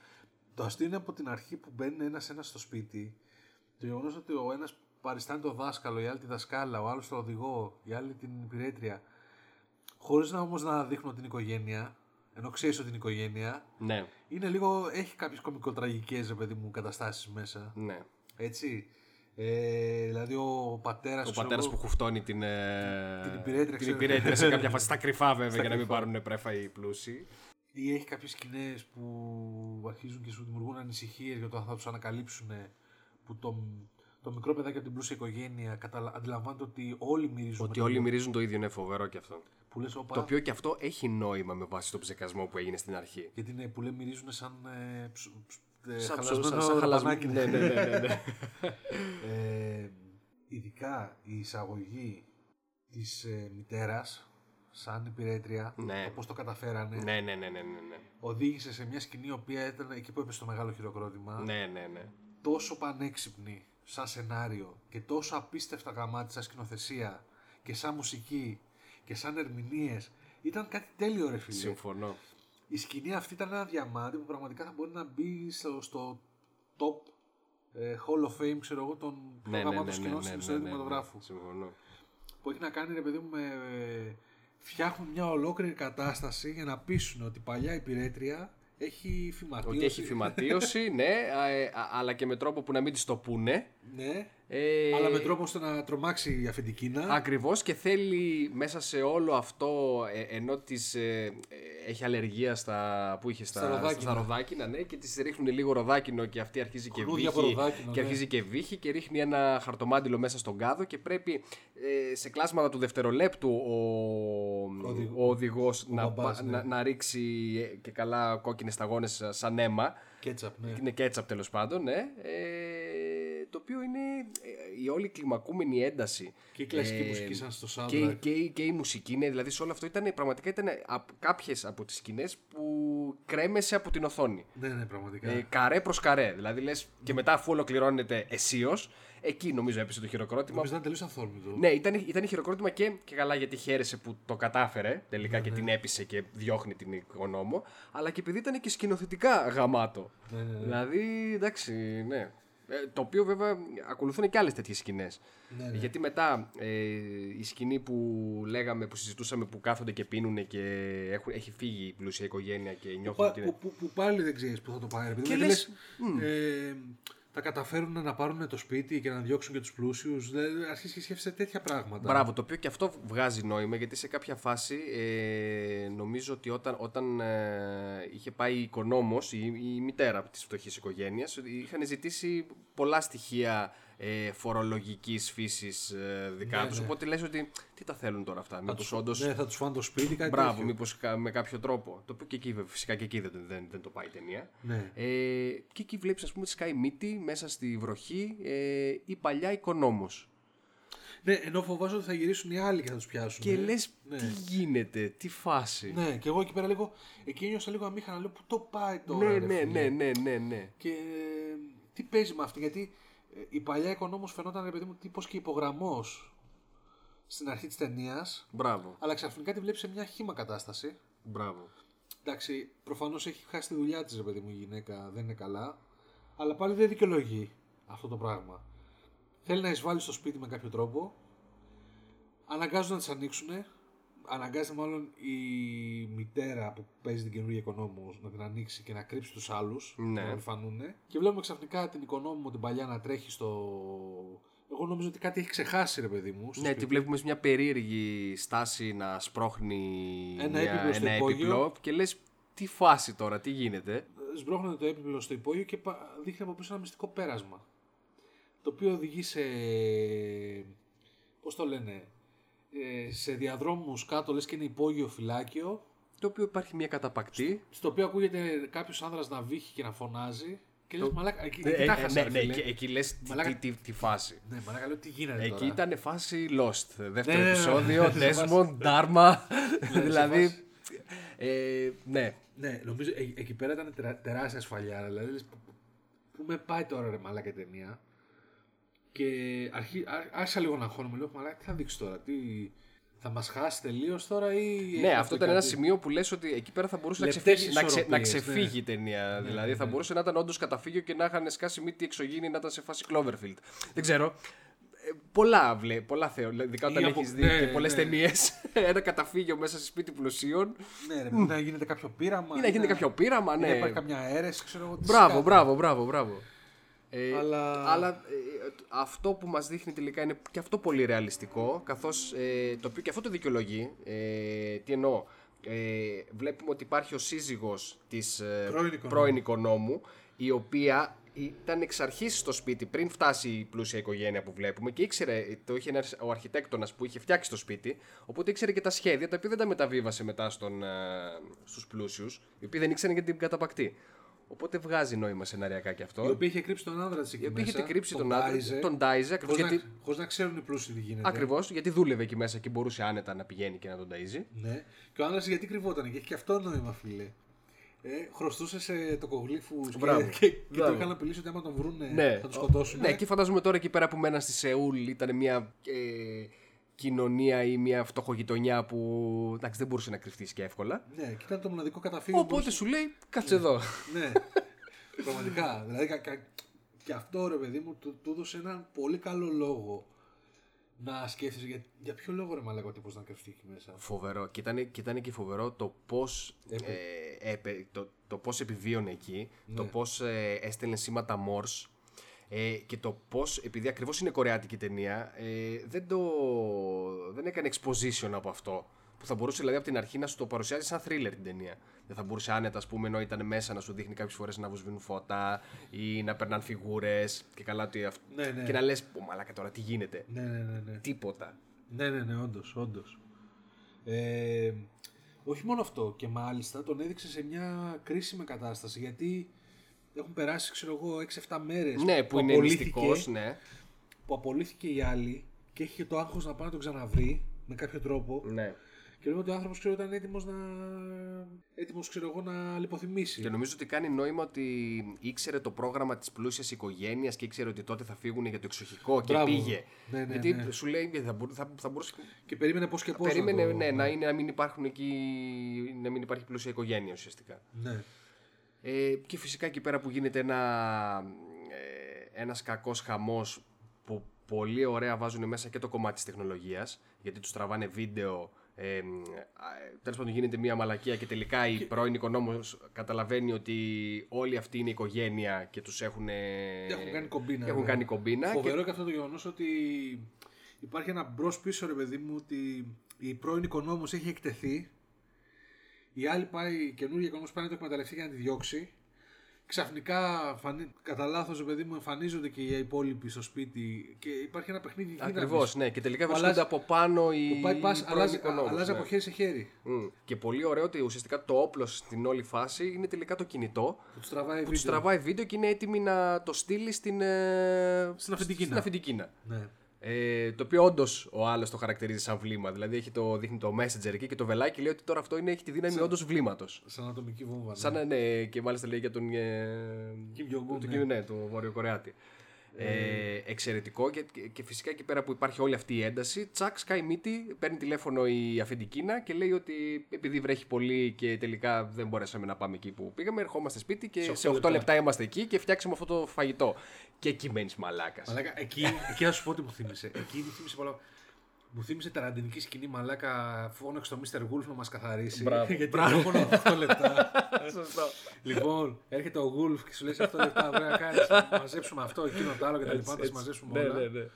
Speaker 2: Το αστείο είναι από την αρχή που μπαίνουν ένα-ένα στο σπίτι. Το γεγονός ότι ο ένας παριστάνει το δάσκαλο, η άλλη τη δασκάλα, ο άλλος τον οδηγό, η άλλη την υπηρέτρια. Χωρίς να όμως να δείχνω την οικογένεια, ενώ ξέρεις ότι είναι οικογένεια,
Speaker 1: Ναι,
Speaker 2: είναι λίγο, έχει κάποιες κομικοτραγικές, ρε παιδί μου, καταστάσεις μέσα.
Speaker 1: ναι.
Speaker 2: Έτσι. Ε, δηλαδή ο πατέρας
Speaker 1: Ο πατέρα που χουφτώνει την, ε,
Speaker 2: Την υπηρέτρια,
Speaker 1: την
Speaker 2: ξέρω.
Speaker 1: υπηρέτρια σε κάποια φάση. Στα κρυφά βέβαια, για να μην πάρουν πρέφα οι πλούσιοι.
Speaker 2: ή έχει κάποιες σκηνές που αρχίζουν και σου δημιουργούν ανησυχίες για το αν θα τους ανακαλύψουν που το, το μικρό παιδάκι από την πλούσια οικογένεια καταλα... αντιλαμβάνεται ότι όλοι μυρίζουν
Speaker 1: Ότι όλοι μυρίζουν το ίδιο, είναι φοβερό και αυτό.
Speaker 2: που λες όπα
Speaker 1: Το οποίο και αυτό έχει νόημα με βάση το ψεκασμό που έγινε στην αρχή.
Speaker 2: γιατί είναι που λέει μυρίζουν σαν ε, ψ, ψ, ε,
Speaker 1: Σαν
Speaker 2: χαλασμένο
Speaker 1: ψωμί, σαν
Speaker 2: ραπανάκι.
Speaker 1: χαλασμένο. Ναι, ναι, ναι, ναι, ναι.
Speaker 2: Ε, ειδικά η εισαγωγή της ε, μητέρας σαν υπηρέτρια
Speaker 1: Ναι.
Speaker 2: το πώς το καταφέρανε
Speaker 1: ναι, ναι, ναι, ναι, ναι, ναι.
Speaker 2: οδήγησε σε μια σκηνή η οποία ήταν εκεί που έπεσε το μεγάλο χειροκρότημα
Speaker 1: Ναι, ναι, ναι.
Speaker 2: τόσο πανέξυπνη σαν σενάριο και τόσο απίστευτα γαμάτη σαν σκηνοθεσία και σαν μουσική και σαν ερμηνείες ήταν κάτι τέλειο ρε φίλε.
Speaker 1: Συμφωνώ.
Speaker 2: Η σκηνή αυτή ήταν ένα διαμάντι που πραγματικά θα μπορεί να μπει στο, στο top ε, Hall of Fame ξέρω εγώ των πιο
Speaker 1: Ναι, ναι, ναι,
Speaker 2: γαμάτων
Speaker 1: ναι,
Speaker 2: σκηνών
Speaker 1: ναι,
Speaker 2: στην
Speaker 1: ναι,
Speaker 2: ιστορία
Speaker 1: ναι,
Speaker 2: του
Speaker 1: ναι.
Speaker 2: κινηματογράφου.
Speaker 1: Συμφωνώ.
Speaker 2: Που έχει να κάνει ρε παιδί μου με... ε, φτιάχνουν μια ολόκληρη κατάσταση για να πείσουν ότι η παλιά υπηρέτρια έχει φυματίωση.
Speaker 1: Ότι έχει
Speaker 2: *laughs*
Speaker 1: φυματίωση, ναι, α, ε, α, αλλά και με τρόπο που να μην της το πούνε.
Speaker 2: Ναι.
Speaker 1: Ε,
Speaker 2: Αλλά με τρόπο ώστε να τρομάξει η αφεντικίνα.
Speaker 1: Ακριβώς και θέλει μέσα σε όλο αυτό, ε, ενώ της, ε, ε, έχει αλλεργία στα, που είχε στα,
Speaker 2: Στα ροδάκινα.
Speaker 1: στα ροδάκινα, ναι, και της ρίχνουν λίγο ροδάκινο και αυτή αρχίζει και
Speaker 2: Κουνούδια από
Speaker 1: βύχει
Speaker 2: ροδάκινο,
Speaker 1: και,
Speaker 2: ναι.
Speaker 1: αρχίζει και, βύχει και ρίχνει ένα χαρτομάντιλο μέσα στον κάδο και πρέπει ε, σε κλάσματα του δευτερολέπτου ο,
Speaker 2: οδηγ-
Speaker 1: ο οδηγός να,
Speaker 2: μπαμπάς,
Speaker 1: πα-
Speaker 2: ναι.
Speaker 1: να, να ρίξει ε, και καλά κόκκινες σταγόνες ε, σαν αίμα.
Speaker 2: Κέτσαπ, ναι.
Speaker 1: Είναι κέτσαπ τέλος πάντων, ναι. Ε, το οποίο είναι ε, η όλη κλιμακούμενη ένταση.
Speaker 2: Και η κλασική
Speaker 1: Ε,
Speaker 2: μουσική σαν στο soundtrack.
Speaker 1: και, η- και, η- και η μουσική, ναι, δηλαδή σε όλο αυτό ήταν πραγματικά ήταν κάποιες από τις σκηνές που κρέμεσαι από την οθόνη.
Speaker 2: Ναι, ναι, πραγματικά.
Speaker 1: Ε, καρέ προς καρέ, δηλαδή λες και μετά αφού ολοκληρώνεται αισίως, εκεί νομίζω έπεσε το χειροκρότημα.
Speaker 2: Νομίζω να είναι τελείως αθόρμητο.
Speaker 1: Ναι, ήταν, ήταν χειροκρότημα και, και καλά γιατί χαίρεσε που το κατάφερε τελικά
Speaker 2: Ναι,
Speaker 1: και την έπεισε και διώχνει την οικονόμο, αλλά και επειδή ήταν και σκηνοθετικά γαμάτο.
Speaker 2: Ναι, ναι, ναι.
Speaker 1: Δηλαδή, εντάξει, ναι. Ε, το οποίο βέβαια ακολουθούν και άλλες τέτοιες σκηνές.
Speaker 2: Ναι, ναι.
Speaker 1: Γιατί μετά ε, η σκηνή που λέγαμε, που συζητούσαμε, που κάθονται και πίνουνε και έχουν, έχει φύγει η πλούσια οικογένεια και νιώθουν
Speaker 2: Πα-
Speaker 1: ότι
Speaker 2: που,
Speaker 1: είναι.
Speaker 2: που, που, πάλι δεν ξέρεις πού θα το πάει. ρε παιδί μου,
Speaker 1: Και
Speaker 2: γιατί
Speaker 1: λες,
Speaker 2: λες, ε, τα καταφέρουν να πάρουν το σπίτι και να διώξουν και τους πλούσιους. Δηλαδή, αρχίζει και σκέφτεσαι τέτοια πράγματα.
Speaker 1: Μπράβο, το οποίο και αυτό βγάζει νόημα γιατί σε κάποια φάση ε, νομίζω ότι όταν, όταν ε, είχε πάει η οικονόμος, η, η μητέρα της φτωχής οικογένειας, είχαν ζητήσει πολλά στοιχεία ε, φορολογικής φύσης ε, δικά τους, οπότε λες ότι τι τα θέλουν τώρα αυτά, μήπως όντως...
Speaker 2: Ναι, θα τους φάνε το σπίτι, κάτι
Speaker 1: Μπράβο,
Speaker 2: τέτοιο.
Speaker 1: μήπως κα- με κάποιο τρόπο. Το οποίο και εκεί, βέβαια, φυσικά και εκεί δεν, δεν, δεν το πάει η ταινία.
Speaker 2: Ναι.
Speaker 1: Ε, και εκεί βλέπεις, ας πούμε, τη σκάει μύτη μέσα στη βροχή ε, η παλιά οικονόμος.
Speaker 2: Ναι, ενώ φοβάσαι ότι θα γυρίσουν οι άλλοι και θα τους πιάσουν.
Speaker 1: Και
Speaker 2: ε.
Speaker 1: λες
Speaker 2: ναι.
Speaker 1: τι γίνεται, τι φάση.
Speaker 2: Ναι, και εγώ εκεί πέρα λίγο. Εκεί ένιωσα λίγο αμήχανα. Λέω πού το πάει τώρα.
Speaker 1: ναι,
Speaker 2: ρε
Speaker 1: ναι, ναι,
Speaker 2: φίλε.
Speaker 1: ναι, ναι, ναι.
Speaker 2: Και ε, τι παίζει με αυτή, γιατί ε, η παλιά οικονόμος φαινόταν ρε παιδί μου τύπος και υπογραμμός στην αρχή της ταινίας,
Speaker 1: Μπράβο,
Speaker 2: αλλά ξαφνικά τη βλέπεις σε μια χήμα κατάσταση.
Speaker 1: μπράβο.
Speaker 2: Εντάξει, προφανώς έχει χάσει τη δουλειά της ρε παιδί μου η γυναίκα, δεν είναι καλά, αλλά πάλι δεν δικαιολογεί αυτό το πράγμα. Θέλει να εισβάλλει στο σπίτι με κάποιο τρόπο, αναγκάζονται να τις ανοίξουν, αναγκάζεται μάλλον η μητέρα που παίζει την καινούργια οικονόμου να την ανοίξει και να κρύψει τους άλλους,
Speaker 1: Ναι.
Speaker 2: να μην φανούνε. Και βλέπουμε ξαφνικά την οικονόμου την παλιά να τρέχει στο... Εγώ νομίζω ότι κάτι έχει ξεχάσει ρε παιδί μου. στο
Speaker 1: Ναι, τη
Speaker 2: σπίτι.
Speaker 1: βλέπουμε σε μια περίεργη στάση να σπρώχνει
Speaker 2: Ένα
Speaker 1: μια-
Speaker 2: έπιπλο στο
Speaker 1: ένα
Speaker 2: υπόγειο.
Speaker 1: έπιπλο και λες τι φάση τώρα, τι γίνεται.
Speaker 2: Σμπρώχνεται το έπιπλο στο υπόγειο και πα- δείχνει από πίσω ένα μυστικό πέρασμα. Το οποίο οδηγεί σε. Πώς το λένε. ε, Σε διαδρόμους κάτω, λες και είναι υπόγειο φυλάκιο.
Speaker 1: Το οποίο υπάρχει μια καταπακτή.
Speaker 2: Στο οποίο ακούγεται κάποιος άνδρας να βύχει και να φωνάζει. Και λες μαλάκα. Εκεί,
Speaker 1: Ε,
Speaker 2: εκεί
Speaker 1: ε,
Speaker 2: τα
Speaker 1: ε,
Speaker 2: χάσα,
Speaker 1: ναι,
Speaker 2: ρε
Speaker 1: ναι,
Speaker 2: φίλε».
Speaker 1: εκεί- εκεί λες τι-
Speaker 2: Μαλάκα.
Speaker 1: τι- τι- τι φάση.
Speaker 2: Ναι, μαλάκα, λέω τι γίνεται
Speaker 1: Εκεί
Speaker 2: τώρα.
Speaker 1: ήταν φάση Lost. Δεύτερο
Speaker 2: Ναι, ναι, ναι.
Speaker 1: επεισόδιο,
Speaker 2: Σε
Speaker 1: Desmond, Dharma.
Speaker 2: φάση.
Speaker 1: δηλαδή. ε, ναι,
Speaker 2: Ναι, νομίζω ε, εκεί πέρα ήταν τερα, τεράστια ασφαλιά. Δηλαδή, λες, π- π- πού με πάει τώρα ρε μαλάκα η ταινία. Και αρχί, άρχι- άρχισα λίγο να χώνομαι. Λέω, μαλάκα, τι θα δείξει τώρα. Τι, θα μας χάσει τελείως τώρα ή... έχει
Speaker 1: ναι αυτό ήταν ένα
Speaker 2: κάτι?»
Speaker 1: σημείο που λες ότι εκεί πέρα θα μπορούσε να
Speaker 2: Λεπτές
Speaker 1: ξεφύγει, να, ξε- να
Speaker 2: ισορροπίες, ναι.
Speaker 1: ξεφύγει η ταινία. δηλαδή θα μπορούσε να ήταν όντως καταφύγιο και να είχαν σκάσει μύτη εξωγήινη να ήταν σε φάση Cloverfield. Δεν ξέρω. Ε, Πολλά, βλέ, πολλά θεω, ειδικά όταν
Speaker 2: Ή από-
Speaker 1: έχει δει
Speaker 2: ναι,
Speaker 1: και πολλές
Speaker 2: ναι.
Speaker 1: ταινίες. *laughs* ένα καταφύγιο μέσα σε σπίτι πλουσίων.
Speaker 2: Ναι, ρε, να γίνεται κάποιο πείραμα.
Speaker 1: Ή να Ναι, γίνεται κάποιο πείραμα,
Speaker 2: Ναι.
Speaker 1: ναι.
Speaker 2: Να υπάρχει καμιά αίρεση, ξέρω εγώ. τι
Speaker 1: Μπράβο,
Speaker 2: σκάτα.
Speaker 1: μπράβο, μπράβο, μπράβο. Ε,
Speaker 2: Αλλά-
Speaker 1: ε, αυτό που μας δείχνει τελικά είναι και αυτό πολύ ρεαλιστικό, καθώς ε, το οποίο και αυτό το δικαιολογεί. Ε, τι εννοώ, ε, βλέπουμε ότι υπάρχει ο σύζυγος της ε,
Speaker 2: Πρώην οικονόμου.
Speaker 1: πρώην οικονόμου, η οποία ήταν εξ αρχής στο σπίτι πριν φτάσει η πλούσια οικογένεια που βλέπουμε και ήξερε, το είχε ένας- ο αρχιτέκτονας που είχε φτιάξει το σπίτι, οπότε ήξερε και τα σχέδια τα οποία δεν τα μεταβίβασε μετά στον, ε, στους πλούσιους, οι οποίοι δεν ήξεραν για την καταπακτή. Οπότε βγάζει νόημα σεναριακά και αυτό.
Speaker 2: Η οποία είχε κρύψει τον άνδρα της εκεί
Speaker 1: Η οποία είχε
Speaker 2: μέσα,
Speaker 1: κρύψει τον άντρα-
Speaker 2: Ντάιζε,
Speaker 1: τον Ντάιζε,
Speaker 2: χωρίς να-
Speaker 1: γιατί-
Speaker 2: χωρίς να ξέρουν οι πλούσιοι τι γίνεται.
Speaker 1: Ακριβώς, γιατί δούλευε εκεί μέσα και μπορούσε άνετα να πηγαίνει και να τον ταΐζει.
Speaker 2: Ναι. Και ο άνδρας γιατί κρυβόταν, και έχει και αυτό νόημα, φίλε. Ε, χρωστούσε σε τοκογλύφους και,
Speaker 1: Μπράβο.
Speaker 2: *laughs* και, και
Speaker 1: Μπράβο.
Speaker 2: το έκαναν πελίσει ότι άμα τον βρούνε
Speaker 1: Ναι.
Speaker 2: θα τον σκοτώσουν.
Speaker 1: Ναι, και φαντάζομαι τώρα εκεί πέρα που μέναν στη Σεούλ ήταν μια ε, κοινωνία ή μια φτωχογειτονιά που εντάξει, δεν μπορούσε να κρυφτείς και εύκολα.
Speaker 2: ναι, και ήταν το μοναδικό καταφύγιο. που
Speaker 1: Οπότε σου λέει, κάτσε εδώ. *laughs*
Speaker 2: Ναι. Πραγματικά. Δηλαδή, κα- κα- και αυτό ρε παιδί μου του, του έδωσε έναν πολύ καλό λόγο να σκέφτεσαι για, για ποιο λόγο ρε μαλακό τύπος να κρυφτεί εκεί μέσα.
Speaker 1: Φοβερό. Και ήταν, και ήταν και φοβερό το πώς. το, το πώς επιβίωνε εκεί,
Speaker 2: Ναι.
Speaker 1: το πώ έστελνε σήματα Morse ε, και το πώς, επειδή ακριβώς είναι κορεάτικη ταινία, ε, δεν, το, δεν έκανε exposition από αυτό. Που θα μπορούσε δηλαδή από την αρχή να σου το παρουσιάζει σαν thriller την ταινία. Δεν θα μπορούσε άνετα, ας πούμε, ενώ ήταν μέσα να σου δείχνει κάποιες φορές να βουσβήνουν φώτα ή να περνάνε φιγούρες και καλά ότι αυ-
Speaker 2: Ναι, ναι.
Speaker 1: Και να λες, μαλάκα τώρα, τι γίνεται.
Speaker 2: Ναι, ναι, ναι. ναι.
Speaker 1: Τίποτα.
Speaker 2: Ναι, ναι, ναι, όντως, όντως. Ε, όχι μόνο αυτό και μάλιστα τον έδειξε σε μια κρίσιμη κατάσταση γιατί έχουν περάσει, ξέρω εγώ, 6-7 μέρες
Speaker 1: Ναι, που, είναι
Speaker 2: απολύθηκε-
Speaker 1: μυστικός, ναι.
Speaker 2: που απολύθηκε η άλλη και έχει και το άγχος να πάει να τον ξαναβρει με κάποιο τρόπο
Speaker 1: ναι.
Speaker 2: και λέω ότι ο άνθρωπος ξέρω, ήταν έτοιμος να, έτοιμος, ξέρω εγώ, να λιποθυμήσει.
Speaker 1: Και νομίζω ότι κάνει νόημα ότι ήξερε το πρόγραμμα της πλούσιας οικογένειας και ήξερε ότι τότε θα φύγουν για το εξοχικό και
Speaker 2: Μπράβο.
Speaker 1: πήγε.
Speaker 2: Ναι, ναι,
Speaker 1: Γιατί
Speaker 2: ναι.
Speaker 1: σου λέει θα, μπορού- θα, θα μπορούσε.
Speaker 2: Και περίμενε πώς και πώς
Speaker 1: περίμενε
Speaker 2: να
Speaker 1: να,
Speaker 2: το...
Speaker 1: ναι, να, είναι, να μην υπάρχουν εκεί, να μην υπάρχει πλούσια οικογένεια ουσιαστικά.
Speaker 2: ναι.
Speaker 1: Ε, και φυσικά εκεί πέρα που γίνεται ένα, ε, ένας κακός χαμός που πολύ ωραία βάζουν μέσα και το κομμάτι της τεχνολογίας γιατί τους τραβάνε βίντεο ε, μ, α, ε, τέλος πάντων γίνεται μια μαλακία και τελικά η πρώην οικονόμος καταλαβαίνει ότι όλη αυτή είναι η οικογένεια και τους έχουν, ε,
Speaker 2: Έχουν κάνει κομπίνα.
Speaker 1: έχουν
Speaker 2: ναι.
Speaker 1: κάνει κομπίνα
Speaker 2: Φοβερό και αυτό το γεγονός ότι υπάρχει ένα μπρος πίσω, ρε παιδί μου, ότι η πρώην οικονόμος έχει εκτεθεί. Η άλλη πάει, η καινούργια οικονόμος πάει να το εκμεταλλευτεί για να τη διώξει. Ξαφνικά, φανεί- κατά λάθος, ρε παιδί μου, εμφανίζονται και οι υπόλοιποι στο σπίτι και υπάρχει ένα παιχνίδι
Speaker 1: και,
Speaker 2: δύναμης.
Speaker 1: ακριβώς ναι και τελικά
Speaker 2: Που
Speaker 1: βρίσκονται
Speaker 2: αλλάζει-
Speaker 1: από πάνω οι
Speaker 2: Το Πάει πας,
Speaker 1: πρώην
Speaker 2: αλλάζει,
Speaker 1: οικονόμος,
Speaker 2: αλλάζει
Speaker 1: ναι.
Speaker 2: από χέρι σε χέρι.
Speaker 1: Μμ. Και πολύ ωραίο ότι ουσιαστικά το όπλο στην όλη φάση είναι τελικά το κινητό
Speaker 2: Που τους τραβάει
Speaker 1: που τους
Speaker 2: βίντεο.
Speaker 1: τραβάει βίντεο και είναι έτοιμη να το στείλει στην, ε,
Speaker 2: Στην Αφεντική
Speaker 1: στην
Speaker 2: να.
Speaker 1: Αφεντικίνα.
Speaker 2: Ναι.
Speaker 1: Ε, το οποίο όντως ο άλλος το χαρακτηρίζει σαν βλήμα. Δηλαδή έχει το, δείχνει το messenger εκεί και το βελάκι λέει ότι τώρα αυτό είναι, έχει τη δύναμη όντως βλήματος.
Speaker 2: Σαν ατομική βόμβα. ναι.
Speaker 1: Σαν να ναι, και μάλιστα λέει για τον. Ε,
Speaker 2: Kim Jong-un,
Speaker 1: τον
Speaker 2: ναι.
Speaker 1: Kim- ναι, τον Βορειοκορεάτη. Ε, εξαιρετικό και, και φυσικά εκεί πέρα που υπάρχει όλη αυτή η ένταση, τσακ, σκάει μύτη, παίρνει τηλέφωνο η Αφεντικίνα και λέει ότι επειδή βρέχει πολύ και τελικά δεν μπορέσαμε να πάμε εκεί που πήγαμε, ερχόμαστε σπίτι και σε 8,
Speaker 2: οκτώ λεπτά.
Speaker 1: λεπτά είμαστε εκεί και φτιάξαμε αυτό το φαγητό. Και εκεί μένεις μαλάκας. *laughs*
Speaker 2: Μαλάκα, εκεί, εκεί θα σου πω ότι μου θύμισε. Εκεί μου θύμισε πολλά. Μου θύμισε ταραντινική σκηνή μαλάκα. Φώναξε το Mr. Wolf να μας καθαρίσει.
Speaker 1: Μπράβο.
Speaker 2: Γιατί Μπράβο. μόνο 8 λεπτά.
Speaker 1: *laughs* Σωστό.
Speaker 2: λοιπόν, έρχεται ο Wolf και σου λέει σε 8 λεπτά πρέπει να κάνεις. μαζέψουμε αυτό, εκείνο το άλλο κτλ. Θα τα μαζέψουμε όλα.
Speaker 1: Ναι, ναι, ναι.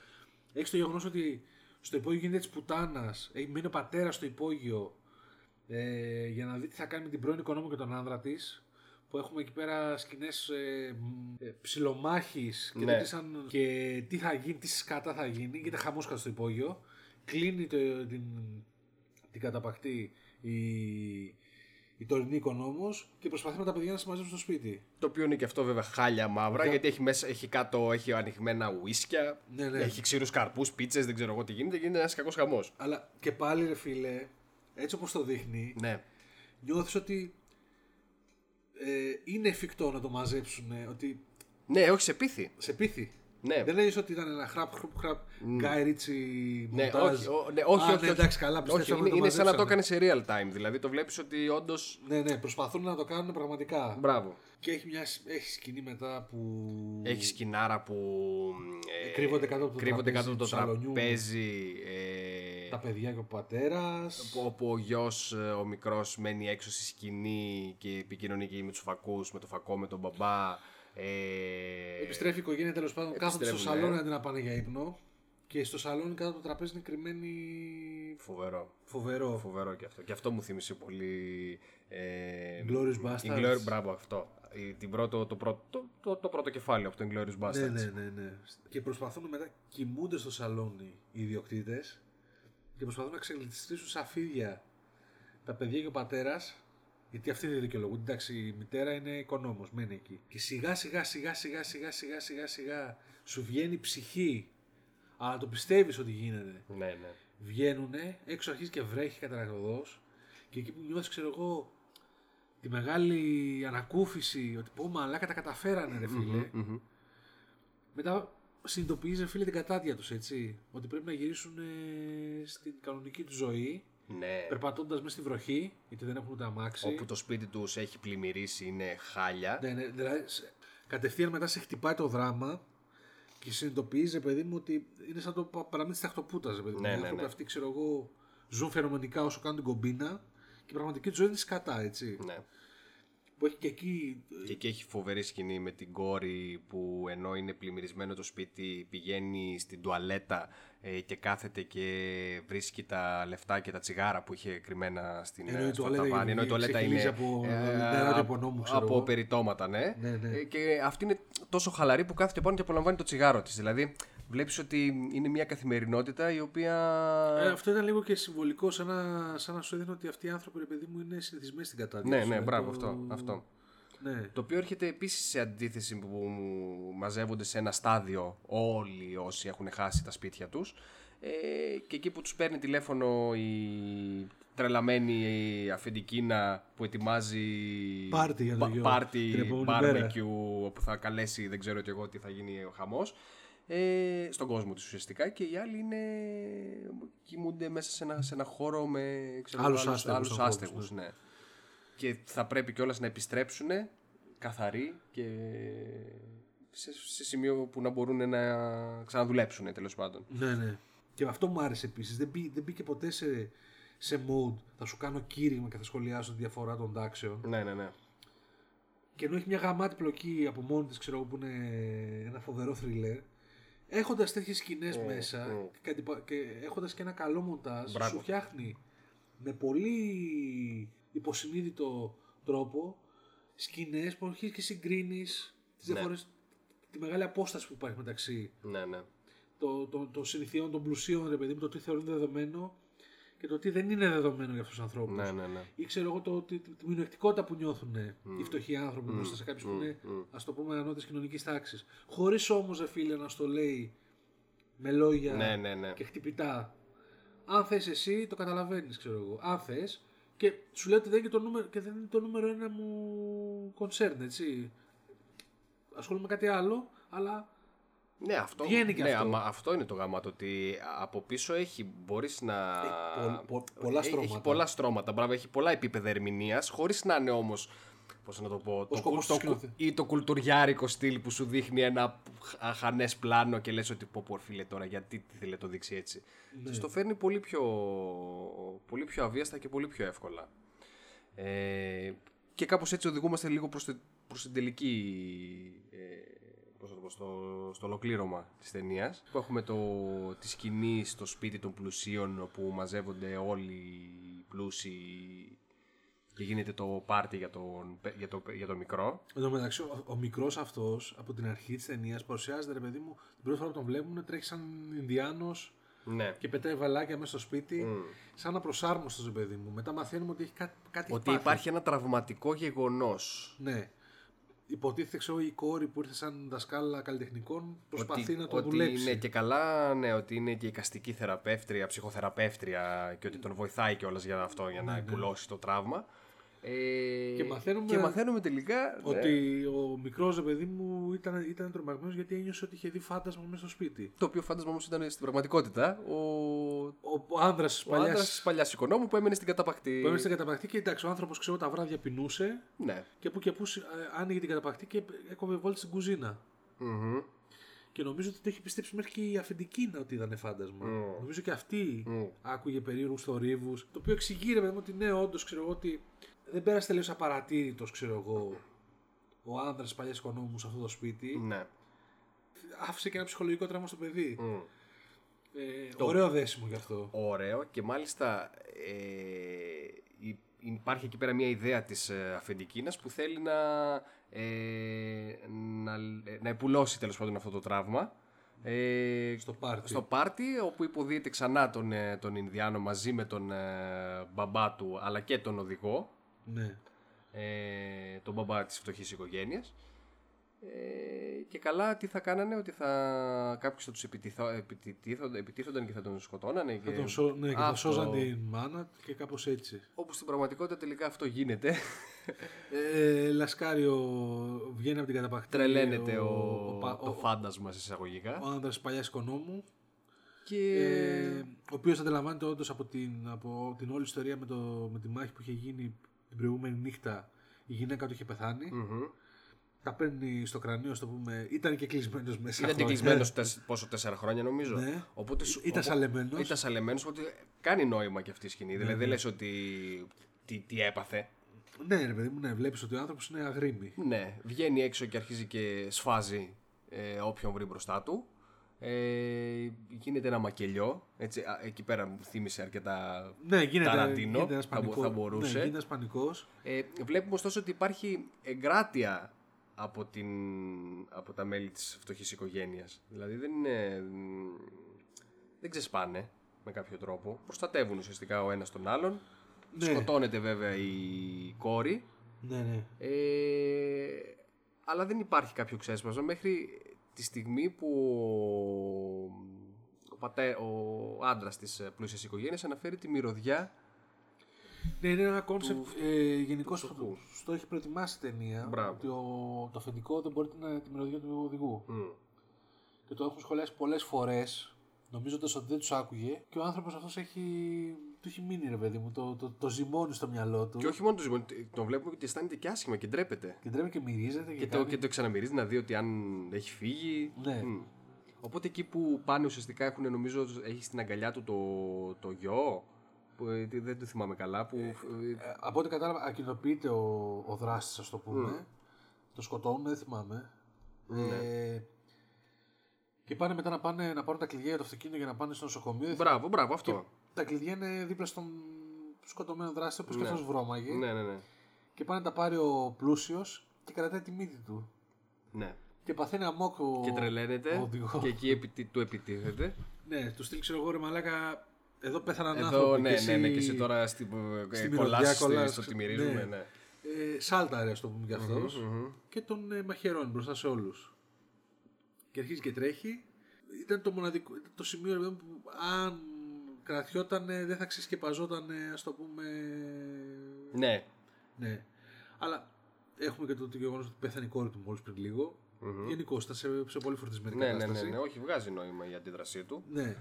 Speaker 2: Έχεις το γεγονός ότι στο υπόγειο γίνεται της πουτάνας. Μείνει ο πατέρας στο υπόγειο ε, για να δει τι θα κάνει με την πρώην οικονόμη και τον άνδρα της. Που έχουμε εκεί πέρα σκηνές ε, μ, ε, ψιλομάχη και,
Speaker 1: Ναι.
Speaker 2: τέτοιες σαν- και τι θα γίνει, τι σκάτα θα γίνει. Γίνεται χαμό κάτω στο υπόγειο. Κλείνει το- την, την καταπακτή η, η τωρινή οικονόμος και προσπαθεί με τα παιδιά να συμμαζέψουν στο σπίτι.
Speaker 1: Το οποίο είναι και αυτό βέβαια χάλια μαύρα, γιατί έχει, μέσα, έχει κάτω έχει ανοιχμένα ουίσκια,
Speaker 2: Ναι, ναι.
Speaker 1: έχει ξύρου καρπούς, πίτσες, δεν ξέρω εγώ τι γίνεται. Γίνεται ένας κακός χαμός.
Speaker 2: Αλλά και πάλι ρε φίλε, έτσι όπως το δείχνει,
Speaker 1: Ναι.
Speaker 2: νιώθεις ότι ε, είναι εφικτό να το μαζέψουν, ότι
Speaker 1: Ναι, όχι σε πίθη.
Speaker 2: σε πείθει.
Speaker 1: Ναι.
Speaker 2: Δεν λέει ότι ήταν ένα χραπ, χραπ, χραπ, Γκάι Ρίτσι,
Speaker 1: Ναι,
Speaker 2: μοντάζ.
Speaker 1: όχι, ο- ναι, όχι,
Speaker 2: Α,
Speaker 1: όχι,
Speaker 2: ναι,
Speaker 1: όχι.
Speaker 2: εντάξει, καλά,
Speaker 1: όχι
Speaker 2: πιστεύω
Speaker 1: είναι, είναι σαν να το
Speaker 2: μαζέψανε.
Speaker 1: έκανε σε real time. Δηλαδή το βλέπεις ότι όντως.
Speaker 2: Ναι, ναι, προσπαθούν να το κάνουν πραγματικά.
Speaker 1: Μπράβο.
Speaker 2: Και έχει, μια, σ- έχει σκηνή μετά που...
Speaker 1: Έχει σκηνάρα που. ε,
Speaker 2: Κρύβονται κάτω από το
Speaker 1: κρύβονται κάτω
Speaker 2: τραπέζι
Speaker 1: από το
Speaker 2: του σαλονιού.
Speaker 1: τραπέζι. ε,
Speaker 2: Τα παιδιά και ο πατέρας.
Speaker 1: που- όπου ο γιος ε, ο μικρός μένει έξω στη σκηνή και επικοινωνεί και με τους φακούς, με το φακό, με τον μπαμπά. Ε,
Speaker 2: Επιστρέφει η οικογένεια τέλος πάντων. Κάθονται στο
Speaker 1: Επιστρέφουν,
Speaker 2: σαλόνι
Speaker 1: ναι.
Speaker 2: αντί να πάνε για ύπνο. Και στο σαλόνι κάτω από το τραπέζι είναι κρυμμένη.
Speaker 1: Φοβερό.
Speaker 2: Φοβερό.
Speaker 1: Φοβερό και αυτό. Και αυτό μου θύμισε πολύ. Ε,
Speaker 2: Glorious
Speaker 1: η
Speaker 2: Bastards.
Speaker 1: Glor- μπράβο, αυτό. Η- την πρώτο, το, πρώτο, το, το, το πρώτο κεφάλαιο από τον Glorious Bastards.
Speaker 2: Ναι, ναι, ναι, ναι. Και προσπαθούν μετά, κοιμούνται στο σαλόνι οι ιδιοκτήτες και προσπαθούν να ξεγλιστρήσουν σαφίδια τα παιδιά και ο πατέρας. Γιατί αυτοί δεν δικαιολογούνται. Εντάξει, η μητέρα είναι οικονόμος, μένει εκεί. Και σιγά σιγά σιγά σιγά σιγά σιγά σιγά σιγά σου βγαίνει η ψυχή. Αλλά το πιστεύεις ότι γίνεται.
Speaker 1: ναι, ναι.
Speaker 2: Βγαίνουν, έξω αρχίζεις και βρέχεις καταρακτοδό. Και εκεί που νιώθεις, ξέρω εγώ, τη μεγάλη ανακούφιση ότι πω μαλάκα τα καταφέρανε, ρε φιλε
Speaker 1: Μμμ.
Speaker 2: Μετά συνειδητοποιείς, ρε φίλε, την κατάτια τους, έτσι. Ότι πρέπει να γυρίσουν ε, στην κανονική τους ζωή,
Speaker 1: Ναι.
Speaker 2: περπατώντας μέσα στη βροχή, γιατί δεν έχουν ούτε αμάξι.
Speaker 1: Όπου το σπίτι τους έχει πλημμυρίσει, είναι χάλια.
Speaker 2: Ναι, ναι, δηλαδή, σε- κατευθείαν μετά σε χτυπάει το δράμα και συνειδητοποιείς, ρε παιδί μου, ότι είναι σαν το πα- παραμύθι της ταχτοπούτα, ρε παιδί μου.
Speaker 1: Ναι,
Speaker 2: Οι
Speaker 1: ναι,
Speaker 2: άνθρωποι
Speaker 1: ναι.
Speaker 2: αυτοί, ξέρω εγώ, ζουν φαινομενικά όσο κάνουν την κομπίνα και η πραγματική του ζωή είναι σκατά, έτσι.
Speaker 1: Ναι.
Speaker 2: Που έχει και εκεί. ε,
Speaker 1: Και εκεί έχει φοβερή σκηνή με την κόρη που ενώ είναι πλημμυρισμένο το σπίτι πηγαίνει στην τουαλέτα ε, και κάθεται και βρίσκει τα λεφτά και τα τσιγάρα που είχε κρυμμένα στην, ε,
Speaker 2: Ενώ η
Speaker 1: στο
Speaker 2: τουαλέτα
Speaker 1: ταβάνι. Ενώ η τουαλέτα είναι
Speaker 2: ξεχυλίζει από, ε, τεράστιο πονόμου, ξέρω
Speaker 1: από
Speaker 2: εγώ.
Speaker 1: περιτώματα, ναι.
Speaker 2: Ναι, ναι.
Speaker 1: Ε, Και αυτή είναι τόσο χαλαρή που κάθεται πάνω και απολαμβάνει το τσιγάρο της. Δηλαδή βλέπεις ότι είναι μια καθημερινότητα η οποία...
Speaker 2: Ε, αυτό ήταν λίγο και συμβολικό, σαν να, σαν να σου έδινε ότι αυτοί οι άνθρωποι, ρε παιδί μου, είναι συνηθισμένοι στην κατάδυση.
Speaker 1: ναι, ναι, μπράβο, αυτό, αυτό.
Speaker 2: Ναι.
Speaker 1: Το οποίο έρχεται επίσης σε αντίθεση που μου μαζεύονται σε ένα στάδιο όλοι όσοι έχουν χάσει τα σπίτια τους. Ε, και εκεί που τους παίρνει τηλέφωνο η τρελαμένη αφεντικίνα που ετοιμάζει.
Speaker 2: Πάρτι για το
Speaker 1: μπα-
Speaker 2: γιο,
Speaker 1: πάρτι,
Speaker 2: την επόμενη
Speaker 1: barbecue, όπου θα καλέσει δεν ξέρω και εγώ τι θα γίνει ο χαμός. Ε, στον κόσμο της ουσιαστικά και οι άλλοι είναι, κοιμούνται μέσα σε ένα, σε ένα χώρο με ξέρω,
Speaker 2: Άλλους άστεγους
Speaker 1: άλλους
Speaker 2: ανθρώπους,
Speaker 1: άστεγους, ναι και θα πρέπει κιόλας να επιστρέψουν καθαροί και σε, σε σημείο που να μπορούν να ξαναδουλέψουν τέλος πάντων.
Speaker 2: Ναι, ναι. Και αυτό μου άρεσε επίσης. Δεν, μπή- δεν μπήκε ποτέ σε, σε mode. Θα σου κάνω κήρυγμα και θα σχολιάσω τη διαφορά των τάξεων.
Speaker 1: Ναι, ναι, ναι.
Speaker 2: Και ενώ έχει μια γαμάτη πλοκή από μόνη της, ξέρω εγώ, που είναι ένα φοβερό θρυλέρ. Έχοντας τέτοιες σκηνές μέσα
Speaker 1: ε.
Speaker 2: και, αντιπα- και έχοντας και ένα καλό μοντάζ,
Speaker 1: Μπράβο.
Speaker 2: σου φτιάχνει με πολύ υποσυνείδητο τρόπο σκηνές που αρχίζεις και συγκρίνεις τις
Speaker 1: Ναι.
Speaker 2: διαφορέ. Τη μεγάλη απόσταση που υπάρχει μεταξύ
Speaker 1: ναι, ναι.
Speaker 2: το, το, το συνηθιών, των πλουσίων, ρε παιδί μου, το τι θεωρούν δεδομένο και το τι δεν είναι δεδομένο για αυτούς τους ανθρώπους.
Speaker 1: Ναι, ναι, ναι.
Speaker 2: Ή ξέρω εγώ το, τη, τη, τη μειονεκτικότητα που νιώθουν οι φτωχοί άνθρωποι μπροστά σε κάποιους που είναι, ας το πούμε, ανώτερη κοινωνικής τάξης. Χωρίς όμως, ρε φίλε, να στο λέει με λόγια
Speaker 1: Ναι, ναι, ναι.
Speaker 2: και χτυπητά. Αν θες εσύ, το καταλαβαίνεις, ξέρω εγώ. Αν θες. Και σου λέει ότι δεν είναι το νούμερο, και δεν είναι το νούμερο ένα μου concern, έτσι. Ασχολούμαι με κάτι άλλο, αλλά
Speaker 1: Ναι, αυτό,
Speaker 2: Βγαίνει και
Speaker 1: ναι,
Speaker 2: αυτό.
Speaker 1: αμα- αυτό είναι το γάμα, το ότι από πίσω έχει, μπορείς να...
Speaker 2: Έχει πο- πο-
Speaker 1: Ε,
Speaker 2: πολλά
Speaker 1: Έχει- Έχει
Speaker 2: στρώματα.
Speaker 1: πολλά στρώματα, μπράβο, έχει πολλά επίπεδα ερμηνείας, χωρίς να είναι όμως Πώς να το πω, το,
Speaker 2: σκοπός
Speaker 1: το,
Speaker 2: του σκηνοθέτη.
Speaker 1: ή το κουλτουριάρικο στυλ που σου δείχνει ένα χανές πλάνο και λες ότι πω πω ρε φίλε τώρα γιατί τι θέλει να το δείξει έτσι. Σας το φέρνει πολύ πιο, πολύ πιο αβίαστα και πολύ πιο εύκολα. Ε, και κάπως έτσι οδηγούμαστε λίγο προς, τε- προς την τελική ε, πώς να το πω, στο, στο ολοκλήρωμα της ταινίας. που έχουμε το, τη σκηνή στο σπίτι των πλουσίων όπου μαζεύονται όλοι οι πλούσιοι και γίνεται το πάρτι για τον, πε- για το, για τον μικρό.
Speaker 2: Εν τω μεταξύ, ο, ο μικρός αυτός από την αρχή της ταινίας παρουσιάζεται, ρε παιδί μου, την πρώτη φορά που τον βλέπουν τρέχει σαν Ινδιάνος
Speaker 1: Ναι.
Speaker 2: και πετάει βαλάκια μέσα στο σπίτι, σαν να προσάρμοστο, ρε παιδί μου. Μετά μαθαίνουμε ότι έχει κάτι, κάτι
Speaker 1: Ότι
Speaker 2: έχει πάθει.
Speaker 1: υπάρχει ένα τραυματικό γεγονός.
Speaker 2: Ναι. Υποτίθεται ξέρω, η κόρη που ήρθε σαν δασκάλα καλλιτεχνικών προσπαθεί
Speaker 1: ότι,
Speaker 2: να το
Speaker 1: ότι
Speaker 2: δουλέψει.
Speaker 1: είναι και καλά, ναι, ότι είναι και οικαστική θεραπεύτρια, ψυχοθεραπεύτρια και ότι τον βοηθάει κιόλας για αυτό, για να υπουλώσει το τραύμα. Ε,
Speaker 2: Ναι, Και μαθαίνουμε-
Speaker 1: και μαθαίνουμε τελικά ναι,
Speaker 2: Ότι ο μικρός ρε παιδί μου ήταν, ήταν τρομαγμένος γιατί ένιωσε ότι είχε δει φάντασμα μέσα στο σπίτι.
Speaker 1: το οποίο φάντασμα όμως ήταν στην πραγματικότητα ο,
Speaker 2: Ο, ο άνδρας της
Speaker 1: ο
Speaker 2: παλιά.
Speaker 1: άντρας της παλιάς οικονόμου που έμενε στην καταπακτή.
Speaker 2: Που έμεινε στην καταπακτή και εντάξει, ο άνθρωπος ξέρω τα βράδια πεινούσε
Speaker 1: Ναι.
Speaker 2: και που και που ε, άνοιγε την καταπακτή και έκοβε βόλτα στην κουζίνα.
Speaker 1: Μμμ.
Speaker 2: Και νομίζω ότι το έχει πιστέψει μέχρι και η αφεντική να ότι ήταν φάντασμα. Νομίζω και αυτή άκουγε περίεργους θορύβους. Το οποίο εξηγεί ρε παιδί μου ότι ναι, όντως ξέρω εγώ ότι δεν πέρασε τελείως απαρατήρητος, ξέρω εγώ, ο άνδρας τη παλιάς οικονόμου σε αυτό το σπίτι.
Speaker 1: ναι.
Speaker 2: Άφησε και ένα ψυχολογικό τραύμα στο παιδί.
Speaker 1: Μμ.
Speaker 2: Ε, Ωραίο δέσιμο γι' αυτό.
Speaker 1: Ωραίο και μάλιστα ε, υ- υπάρχει εκεί πέρα μια ιδέα της ε, αφεντικίνας που θέλει να, ε, να, ε, να επουλώσει τέλος πάντων αυτό το τραύμα. Ε,
Speaker 2: Στο πάρτι.
Speaker 1: στο πάρτι όπου υποδίεται ξανά τον, ε, τον Ινδιάνο μαζί με τον ε, μπαμπά του αλλά και τον οδηγό
Speaker 2: Ναι.
Speaker 1: ε, τον μπαμπά της φτωχής οικογένειας ε, και καλά τι θα κάνανε ότι θα κάποιοι θα τους επιτιθώ, επιτίθον- επιτίθονταν και θα τον σκοτώνανε και,
Speaker 2: Θα τον σώ... ναι, και θα
Speaker 1: Αυτό.
Speaker 2: σώζαν τη μάνα του και κάπως έτσι.
Speaker 1: όπου στην πραγματικότητα τελικά αυτό γίνεται
Speaker 2: Ε, λασκάριο βγαίνει από την καταπακτή.
Speaker 1: τρελαίνεται ο,
Speaker 2: Ε, πα- Ε,
Speaker 1: το φάντασμα σε εισαγωγικά
Speaker 2: ο άνδρας της παλιάς οικονόμου
Speaker 1: και
Speaker 2: ε, ο οποίος αντιλαμβάνεται όντως από την, από την όλη ιστορία με, το, με τη μάχη που είχε γίνει την προηγούμενη νύχτα η γυναίκα του είχε πεθάνει
Speaker 1: Μμμ.
Speaker 2: τα παίρνει στο κρανίο στο πούμε ήταν και κλεισμένος μέσα
Speaker 1: Ήταν και
Speaker 2: χρόνια.
Speaker 1: κλεισμένο πόσο τέσσερα χρόνια νομίζω.
Speaker 2: Ναι.
Speaker 1: Οπότε, σου-
Speaker 2: Ήταν
Speaker 1: οπο-
Speaker 2: σαλεμένος.
Speaker 1: Ήταν σαλεμένος, οπότε κάνει νόημα και αυτή η σκηνή. Δηλαδή δεν λες ότι τι, τι έπαθε.
Speaker 2: ναι ρε παιδί μου ναι, βλέπεις ότι ο άνθρωπος είναι αγρίμη
Speaker 1: Ναι, βγαίνει έξω και αρχίζει και σφάζει ε, όποιον βρει μπροστά του. Ε, γίνεται ένα μακελιό. Έτσι, α, εκεί πέρα μου θύμισε αρκετά
Speaker 2: ναι γίνεται,
Speaker 1: Ταραντίνο,
Speaker 2: γίνεται ένας
Speaker 1: θα μπο-
Speaker 2: πανικός
Speaker 1: θα μπορούσε.
Speaker 2: ναι, γίνεται ένας πανικός
Speaker 1: Ε, βλέπουμε ωστόσο ότι υπάρχει εγκράτεια από, την, από τα μέλη της φτωχής οικογένειας. Δηλαδή δεν είναι... δεν ξεσπάνε με κάποιο τρόπο. Προστατεύουν ουσιαστικά ο ένας τον άλλον.
Speaker 2: Ναι.
Speaker 1: Σκοτώνεται βέβαια η κόρη.
Speaker 2: ναι ναι
Speaker 1: Ε, αλλά δεν υπάρχει κάποιο ξέσπασμα μέχρι τη στιγμή που ο, ο, πατέ, ο άντρας της ε, πλούσιας οικογένειας αναφέρει τη μυρωδιά.
Speaker 2: Ναι, είναι ένα κόνσεπτ ε, γενικώ που
Speaker 1: φτωχού.
Speaker 2: το έχει προετοιμάσει η ταινία.
Speaker 1: Μπράβο.
Speaker 2: Ότι ο, το αφεντικό δεν μπορεί την, τη μυρωδιά του οδηγού. Και το έχουν σχολιάσει πολλές φορές, νομίζοντας ότι δεν τους άκουγε. Και ο άνθρωπος αυτός έχει. του έχει μείνει, ρε παιδί μου. Το, το, το ζυμώνει στο μυαλό του.
Speaker 1: Και όχι μόνο το ζυμώνει, τον βλέπουμε ότι αισθάνεται και άσχημα και ντρέπεται.
Speaker 2: Και ντρέπεται και μυρίζεται. Και,
Speaker 1: Και το,
Speaker 2: κάνει-
Speaker 1: και το ξαναμυρίζει να δει ότι αν έχει φύγει.
Speaker 2: Ναι.
Speaker 1: Μμ. Οπότε εκεί που πάνε ουσιαστικά έχουν νομίζω έχει στην αγκαλιά του το, το γιο. Που, ε, τι- δεν το θυμάμαι καλά. Που, ε,
Speaker 2: Ε, από ό,τι κατάλαβα, ακινοποιείται ο, ο δράστης, ας το πούμε. Το σκοτώνουν, δεν θυμάμαι.
Speaker 1: ναι.
Speaker 2: Ε, και πάνε μετά να, πάνε, να πάρουν τα κλειδιά για το αυτοκίνητο για να πάνε στο νοσοκομείο. Δεν
Speaker 1: μπράβο, μπράβο αυτό.
Speaker 2: Τα κλειδιά είναι δίπλα στον σκοτωμένο δράστη, όπως και αυτός βρώμαγε.
Speaker 1: Ναι, ναι, ναι.
Speaker 2: Και πάει να τα πάρει ο πλούσιος και κρατάει τη μύτη του.
Speaker 1: ναι.
Speaker 2: Και παθαίνει αμόκ ο.
Speaker 1: Και
Speaker 2: Ο
Speaker 1: τρελαίνεται
Speaker 2: οδηγός.
Speaker 1: και εκεί επι- του επιτίθεται.
Speaker 2: Ναι, του στείλει ξέρω εγώ ρε Μαλάκα. Εδώ πέθαναν
Speaker 1: Εδώ,
Speaker 2: άνθρωποι.
Speaker 1: ναι, ναι, ναι, και
Speaker 2: εσύ
Speaker 1: εσύ τώρα στην
Speaker 2: στη μυρωδιά
Speaker 1: κολλάς στη-
Speaker 2: κολλάς,
Speaker 1: στο
Speaker 2: ξε-
Speaker 1: τι μυρίζουμε.
Speaker 2: ναι.
Speaker 1: Ναι.
Speaker 2: Ε, σάλτα, ρε, ας το πούμε κι αυτο Και τον ε, μαχαιρώνει μπροστά σε όλους. Και αρχίζει και τρέχει. Ήταν το μοναδικό. Ήταν το σημείο ρε παιδί μου, που αν κρατιόταν δεν θα ξεσκεπαζόταν, ας το πούμε,
Speaker 1: Ναι.
Speaker 2: Ναι. Αλλά έχουμε και το, το γεγονός ότι πέθανε η κόρη του μόλις πριν λίγο. Γενικώ ήταν σε, σε πολύ φορτισμένη
Speaker 1: Ναι, ναι, ναι,
Speaker 2: κατάσταση.
Speaker 1: ναι, όχι, βγάζει νόημα η αντίδρασή του.
Speaker 2: ναι.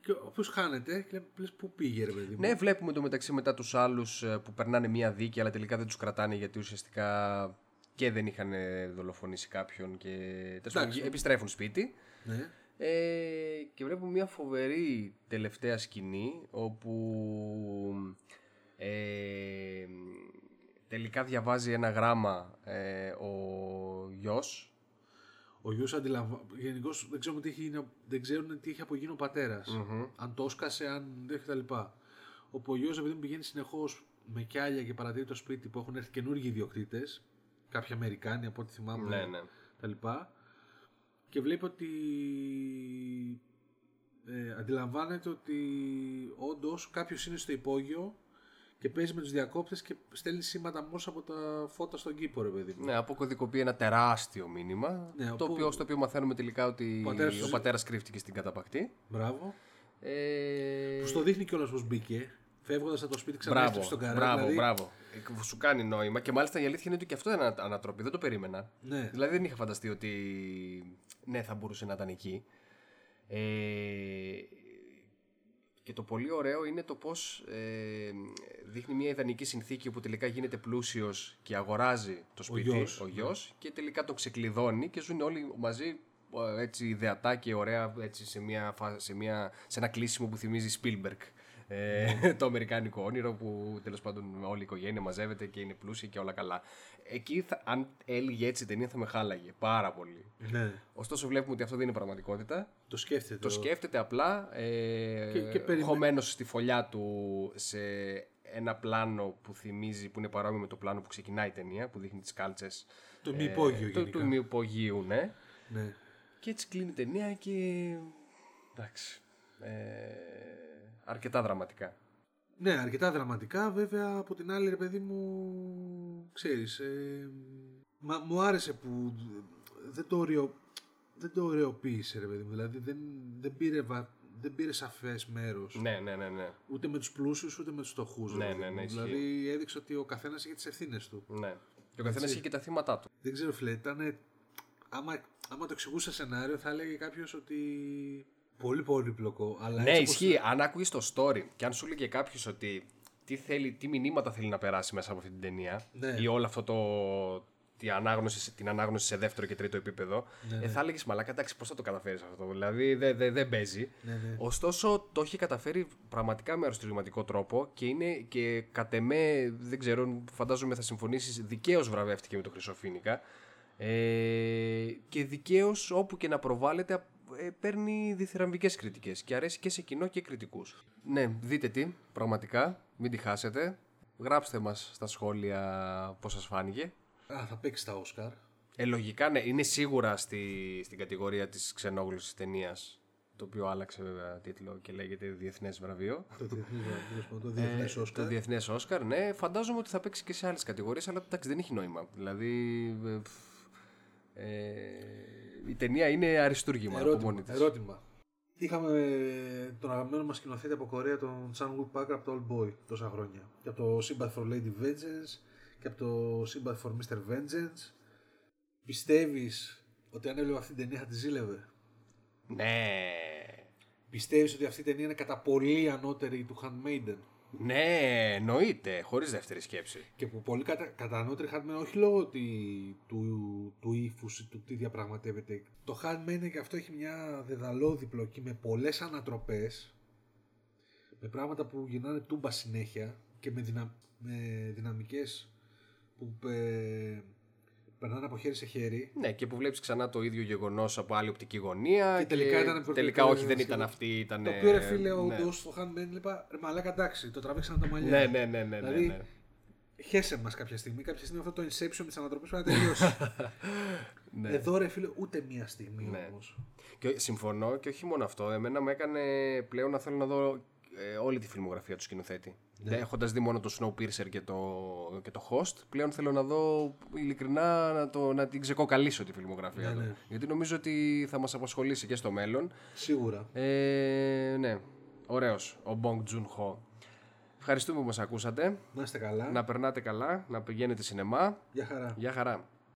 Speaker 2: Και όπω χάνεται, και λέμε, λες, πού πήγε ρε παιδί μου.
Speaker 1: Ναι, βλέπουμε το μεταξύ μετά τους άλλους ε, που περνάνε μία δίκη, αλλά τελικά δεν τους κρατάνε γιατί ουσιαστικά και δεν είχαν ε, δολοφονήσει κάποιον και τέλος πάντων,
Speaker 2: Εντάξει.
Speaker 1: επιστρέφουν σπίτι.
Speaker 2: Ναι.
Speaker 1: Ε, και βλέπουμε μια φοβερή τελευταία σκηνή όπου ε, τελικά διαβάζει ένα γράμμα ε, ο γιος
Speaker 2: Ο γιος αντιλαμβάνεται. Γενικώς δεν, ξέρουμε τι έχει γίνει- δεν ξέρουν τι έχει απογίνει ο πατερα Αν το έσκασε, αν δεν κτλ. Όπου ο γιος επειδή μου πηγαίνει συνεχώς με κιάλια και παρατηρεί το σπίτι που έχουν έρθει καινούργιοι ιδιοκτήτες, κάποιοι Αμερικάνοι από ό,τι θυμάμαι,
Speaker 1: Ναι, ναι.
Speaker 2: τα λοιπά, και βλέπει ότι ε, αντιλαμβάνεται ότι όντως κάποιος είναι στο υπόγειο και παίζει με τους διακόπτες και στέλνει σήματα μόνος από τα φώτα στον κήπο, ρε παιδί μου.
Speaker 1: Ναι, αποκωδικοποιεί ένα τεράστιο μήνυμα.
Speaker 2: Ναι,
Speaker 1: το
Speaker 2: όπου-
Speaker 1: οποίο, στο οποίο μαθαίνουμε τελικά ότι ο
Speaker 2: πατέρας
Speaker 1: πατέρας,
Speaker 2: τους-
Speaker 1: κρύφτηκε στην καταπακτή.
Speaker 2: Μπράβο.
Speaker 1: Ε,
Speaker 2: Που στο δείχνει κιόλας πώς μπήκε, φεύγοντας από το σπίτι ξανά
Speaker 1: μπράβο,
Speaker 2: έστρεψε στον καράβι.
Speaker 1: μπράβο,
Speaker 2: δηλαδή,
Speaker 1: μπράβο. Ε, Σου κάνει νόημα και μάλιστα η αλήθεια είναι ότι και αυτό είναι ανα- ανατροπή. Δεν το περίμενα.
Speaker 2: Ναι.
Speaker 1: Δηλαδή δεν είχα φανταστεί ότι ναι θα μπορούσε να ήταν εκεί. Ε, και το πολύ ωραίο είναι το πως ε, δείχνει μια ιδανική συνθήκη όπου τελικά γίνεται πλούσιος και αγοράζει το σπίτι ο
Speaker 2: γιος.
Speaker 1: γιος, ναι. και τελικά το ξεκλειδώνει και ζουν όλοι μαζί ε, έτσι ιδεατά και ωραία έτσι, σε, μια, φα- σε, μια, σε ένα κλείσιμο που θυμίζει Spielberg. Ε, το αμερικάνικο όνειρο που τέλος πάντων όλη η οικογένεια μαζεύεται και είναι πλούσια και όλα καλά. Εκεί θα, αν έλυγε έτσι η ταινία θα με χάλαγε πάρα πολύ.
Speaker 2: Ναι.
Speaker 1: Ωστόσο βλέπουμε ότι αυτό δεν είναι πραγματικότητα.
Speaker 2: Το σκέφτεται.
Speaker 1: Το σκέφτεται απλά ε,
Speaker 2: Και- και περιμέ-
Speaker 1: χωμένος στη φωλιά του σε ένα πλάνο που θυμίζει, που είναι παρόμοιο με το πλάνο που ξεκινάει η ταινία, που δείχνει τις κάλτσες
Speaker 2: Το
Speaker 1: Ε,
Speaker 2: μη υπόγειο
Speaker 1: του,
Speaker 2: γενικά.
Speaker 1: του μυοπογείου, ναι.
Speaker 2: Ναι.
Speaker 1: Και έτσι κλείνει η ταινία και... εντάξει, ε, αρκετά δραματικά.
Speaker 2: Ναι, αρκετά δραματικά. Βέβαια, από την άλλη, ρε παιδί μου, ξέρεις, ε, μα, μου άρεσε που δεν το, ωρεο, δεν το ωρεοποίησε, ρε παιδί μου. Δηλαδή, δεν, δεν, πήρε, βα- δεν πήρε σαφές μέρος.
Speaker 1: Ναι, ναι, ναι, ναι.
Speaker 2: Ούτε με τους πλούσιους, ούτε με τους φτωχούς. ρε
Speaker 1: Ναι,
Speaker 2: παιδί
Speaker 1: ναι,
Speaker 2: μου.
Speaker 1: ναι, ισχύει.
Speaker 2: Δηλαδή, έδειξε ότι ο καθένας είχε τις ευθύνες του.
Speaker 1: ναι. Και ο καθένας είχε και τα θύματα του.
Speaker 2: Δεν ξέρω, φίλε, ήταν. Άμα, άμα το εξηγούσα σενάριο, θα έλεγε κάποιος ότι. Πολύ πολύπλοκο. Αλλά
Speaker 1: Ναι,
Speaker 2: έτσι όπως-
Speaker 1: ισχύει. Αν άκουγες το story και αν σου λέγε κάποιος ότι τι, θέλει, τι μηνύματα θέλει να περάσει μέσα από αυτή την ταινία
Speaker 2: Ναι.
Speaker 1: ή όλο αυτό το. Την ανάγνωση, σε- την ανάγνωση σε δεύτερο και τρίτο επίπεδο,
Speaker 2: Ναι,
Speaker 1: ε, θα έλεγες Μαλάκα, εντάξει, πώς θα το καταφέρεις αυτό. Δηλαδή δεν δε, δεν παίζει.
Speaker 2: ναι.
Speaker 1: Ωστόσο, το έχει καταφέρει πραγματικά με αριστοκληματικό τρόπο και είναι και κατ' εμέ, δεν ξέρω, φαντάζομαι θα συμφωνήσεις, δικαίως βραβεύτηκε με το Χρυσοφίνικα. Ε, και δικαίως όπου και να προβάλλεται, ε, παίρνει διθυραμβικές κριτικές και αρέσει και σε κοινό και κριτικούς. Ναι, δείτε τι, πραγματικά, μην τη χάσετε. Γράψτε μας στα σχόλια πώς σας φάνηκε.
Speaker 2: Α, θα παίξει τα Όσκαρ.
Speaker 1: Ε, λογικά, ναι, είναι σίγουρα στη, στην κατηγορία της ξενόγλωσης ταινίας. Το οποίο άλλαξε βέβαια τίτλο και λέγεται Διεθνές Βραβείο.
Speaker 2: Το διεθνές, τέλος πάντων, το διεθνές
Speaker 1: Το
Speaker 2: Όσκαρ.
Speaker 1: Διεθνές Όσκαρ, ναι. Φαντάζομαι ότι θα παίξει και σε άλλες κατηγορίες, αλλά εντάξει, δεν έχει νόημα. Δηλαδή. ε, φ, ε, η ταινία είναι αριστούργημα από μόνη
Speaker 2: Ερώτημα.
Speaker 1: της.
Speaker 2: ερώτημα. Είχαμε ε, τον αγαπημένο μας σκηνοθέτη από Κορέα, τον Chan Wook Park από το Old Boy τόσα χρόνια. Και από το Sympathy for Lady Vengeance και από το Sympathy for Mr. Vengeance. Πιστεύεις ότι αν έβλεπε αυτή την ταινία θα τη ζήλευε.
Speaker 1: Ναι.
Speaker 2: Πιστεύεις ότι αυτή η ταινία είναι κατά πολύ ανώτερη του Handmaiden
Speaker 1: Ναι, εννοείται. Χωρίς δεύτερη σκέψη.
Speaker 2: και που πολύ κατα, κατά ανώτερη Handmaiden όχι λόγω ότι, του, του ύφους ή του τι διαπραγματεύεται. Το Handmaiden και αυτό έχει μια δεδαλώδη πλοκή με πολλές ανατροπές με πράγματα που γυρνάνε τούμπα συνέχεια και με, δυνα, με δυναμικές που ε, περνάνε από χέρι σε χέρι.
Speaker 1: Ναι, και που βλέπεις ξανά το ίδιο γεγονός από άλλη οπτική γωνία.
Speaker 2: Και τελικά ήταν προ-
Speaker 1: τελικά
Speaker 2: προ-
Speaker 1: όχι, δεν
Speaker 2: προ-
Speaker 1: ήταν αυτή. Ήταν,
Speaker 2: το οποίο ρε φίλε,
Speaker 1: ναι.
Speaker 2: όντως το Handmaiden είπα, ρε μαλάκα εντάξει, το τραβήξανε τα μαλλιά.
Speaker 1: Ναι, ναι, ναι, ναι. ναι,
Speaker 2: Δηλαδή,
Speaker 1: ναι.
Speaker 2: χέσε μας κάποια στιγμή. Κάποια στιγμή αυτό το inception της ανατροπής πρέπει να *laughs* τελειώσει. Εδώ ρε φίλε, ούτε μία στιγμή ναι. όμως.
Speaker 1: Και συμφωνώ και όχι μόνο αυτό. Εμένα με έκανε πλέον να θέλω να δω ε, όλη τη φιλμογραφία του σκηνοθέτη. Ναι. Έχοντας δει μόνο το Snowpiercer και το, και το Host, πλέον θέλω να δω ειλικρινά να, το, να την ξεκοκαλίσω τη φιλμογραφία του.
Speaker 2: ναι.
Speaker 1: Γιατί νομίζω ότι θα μας απασχολήσει και στο μέλλον.
Speaker 2: Σίγουρα.
Speaker 1: Ε, ναι, ωραίος ο Bong Joon Ho. Ευχαριστούμε που μας ακούσατε.
Speaker 2: Να είστε καλά.
Speaker 1: Να περνάτε καλά, να πηγαίνετε σινεμά.
Speaker 2: Γεια χαρά.
Speaker 1: Γεια χαρά.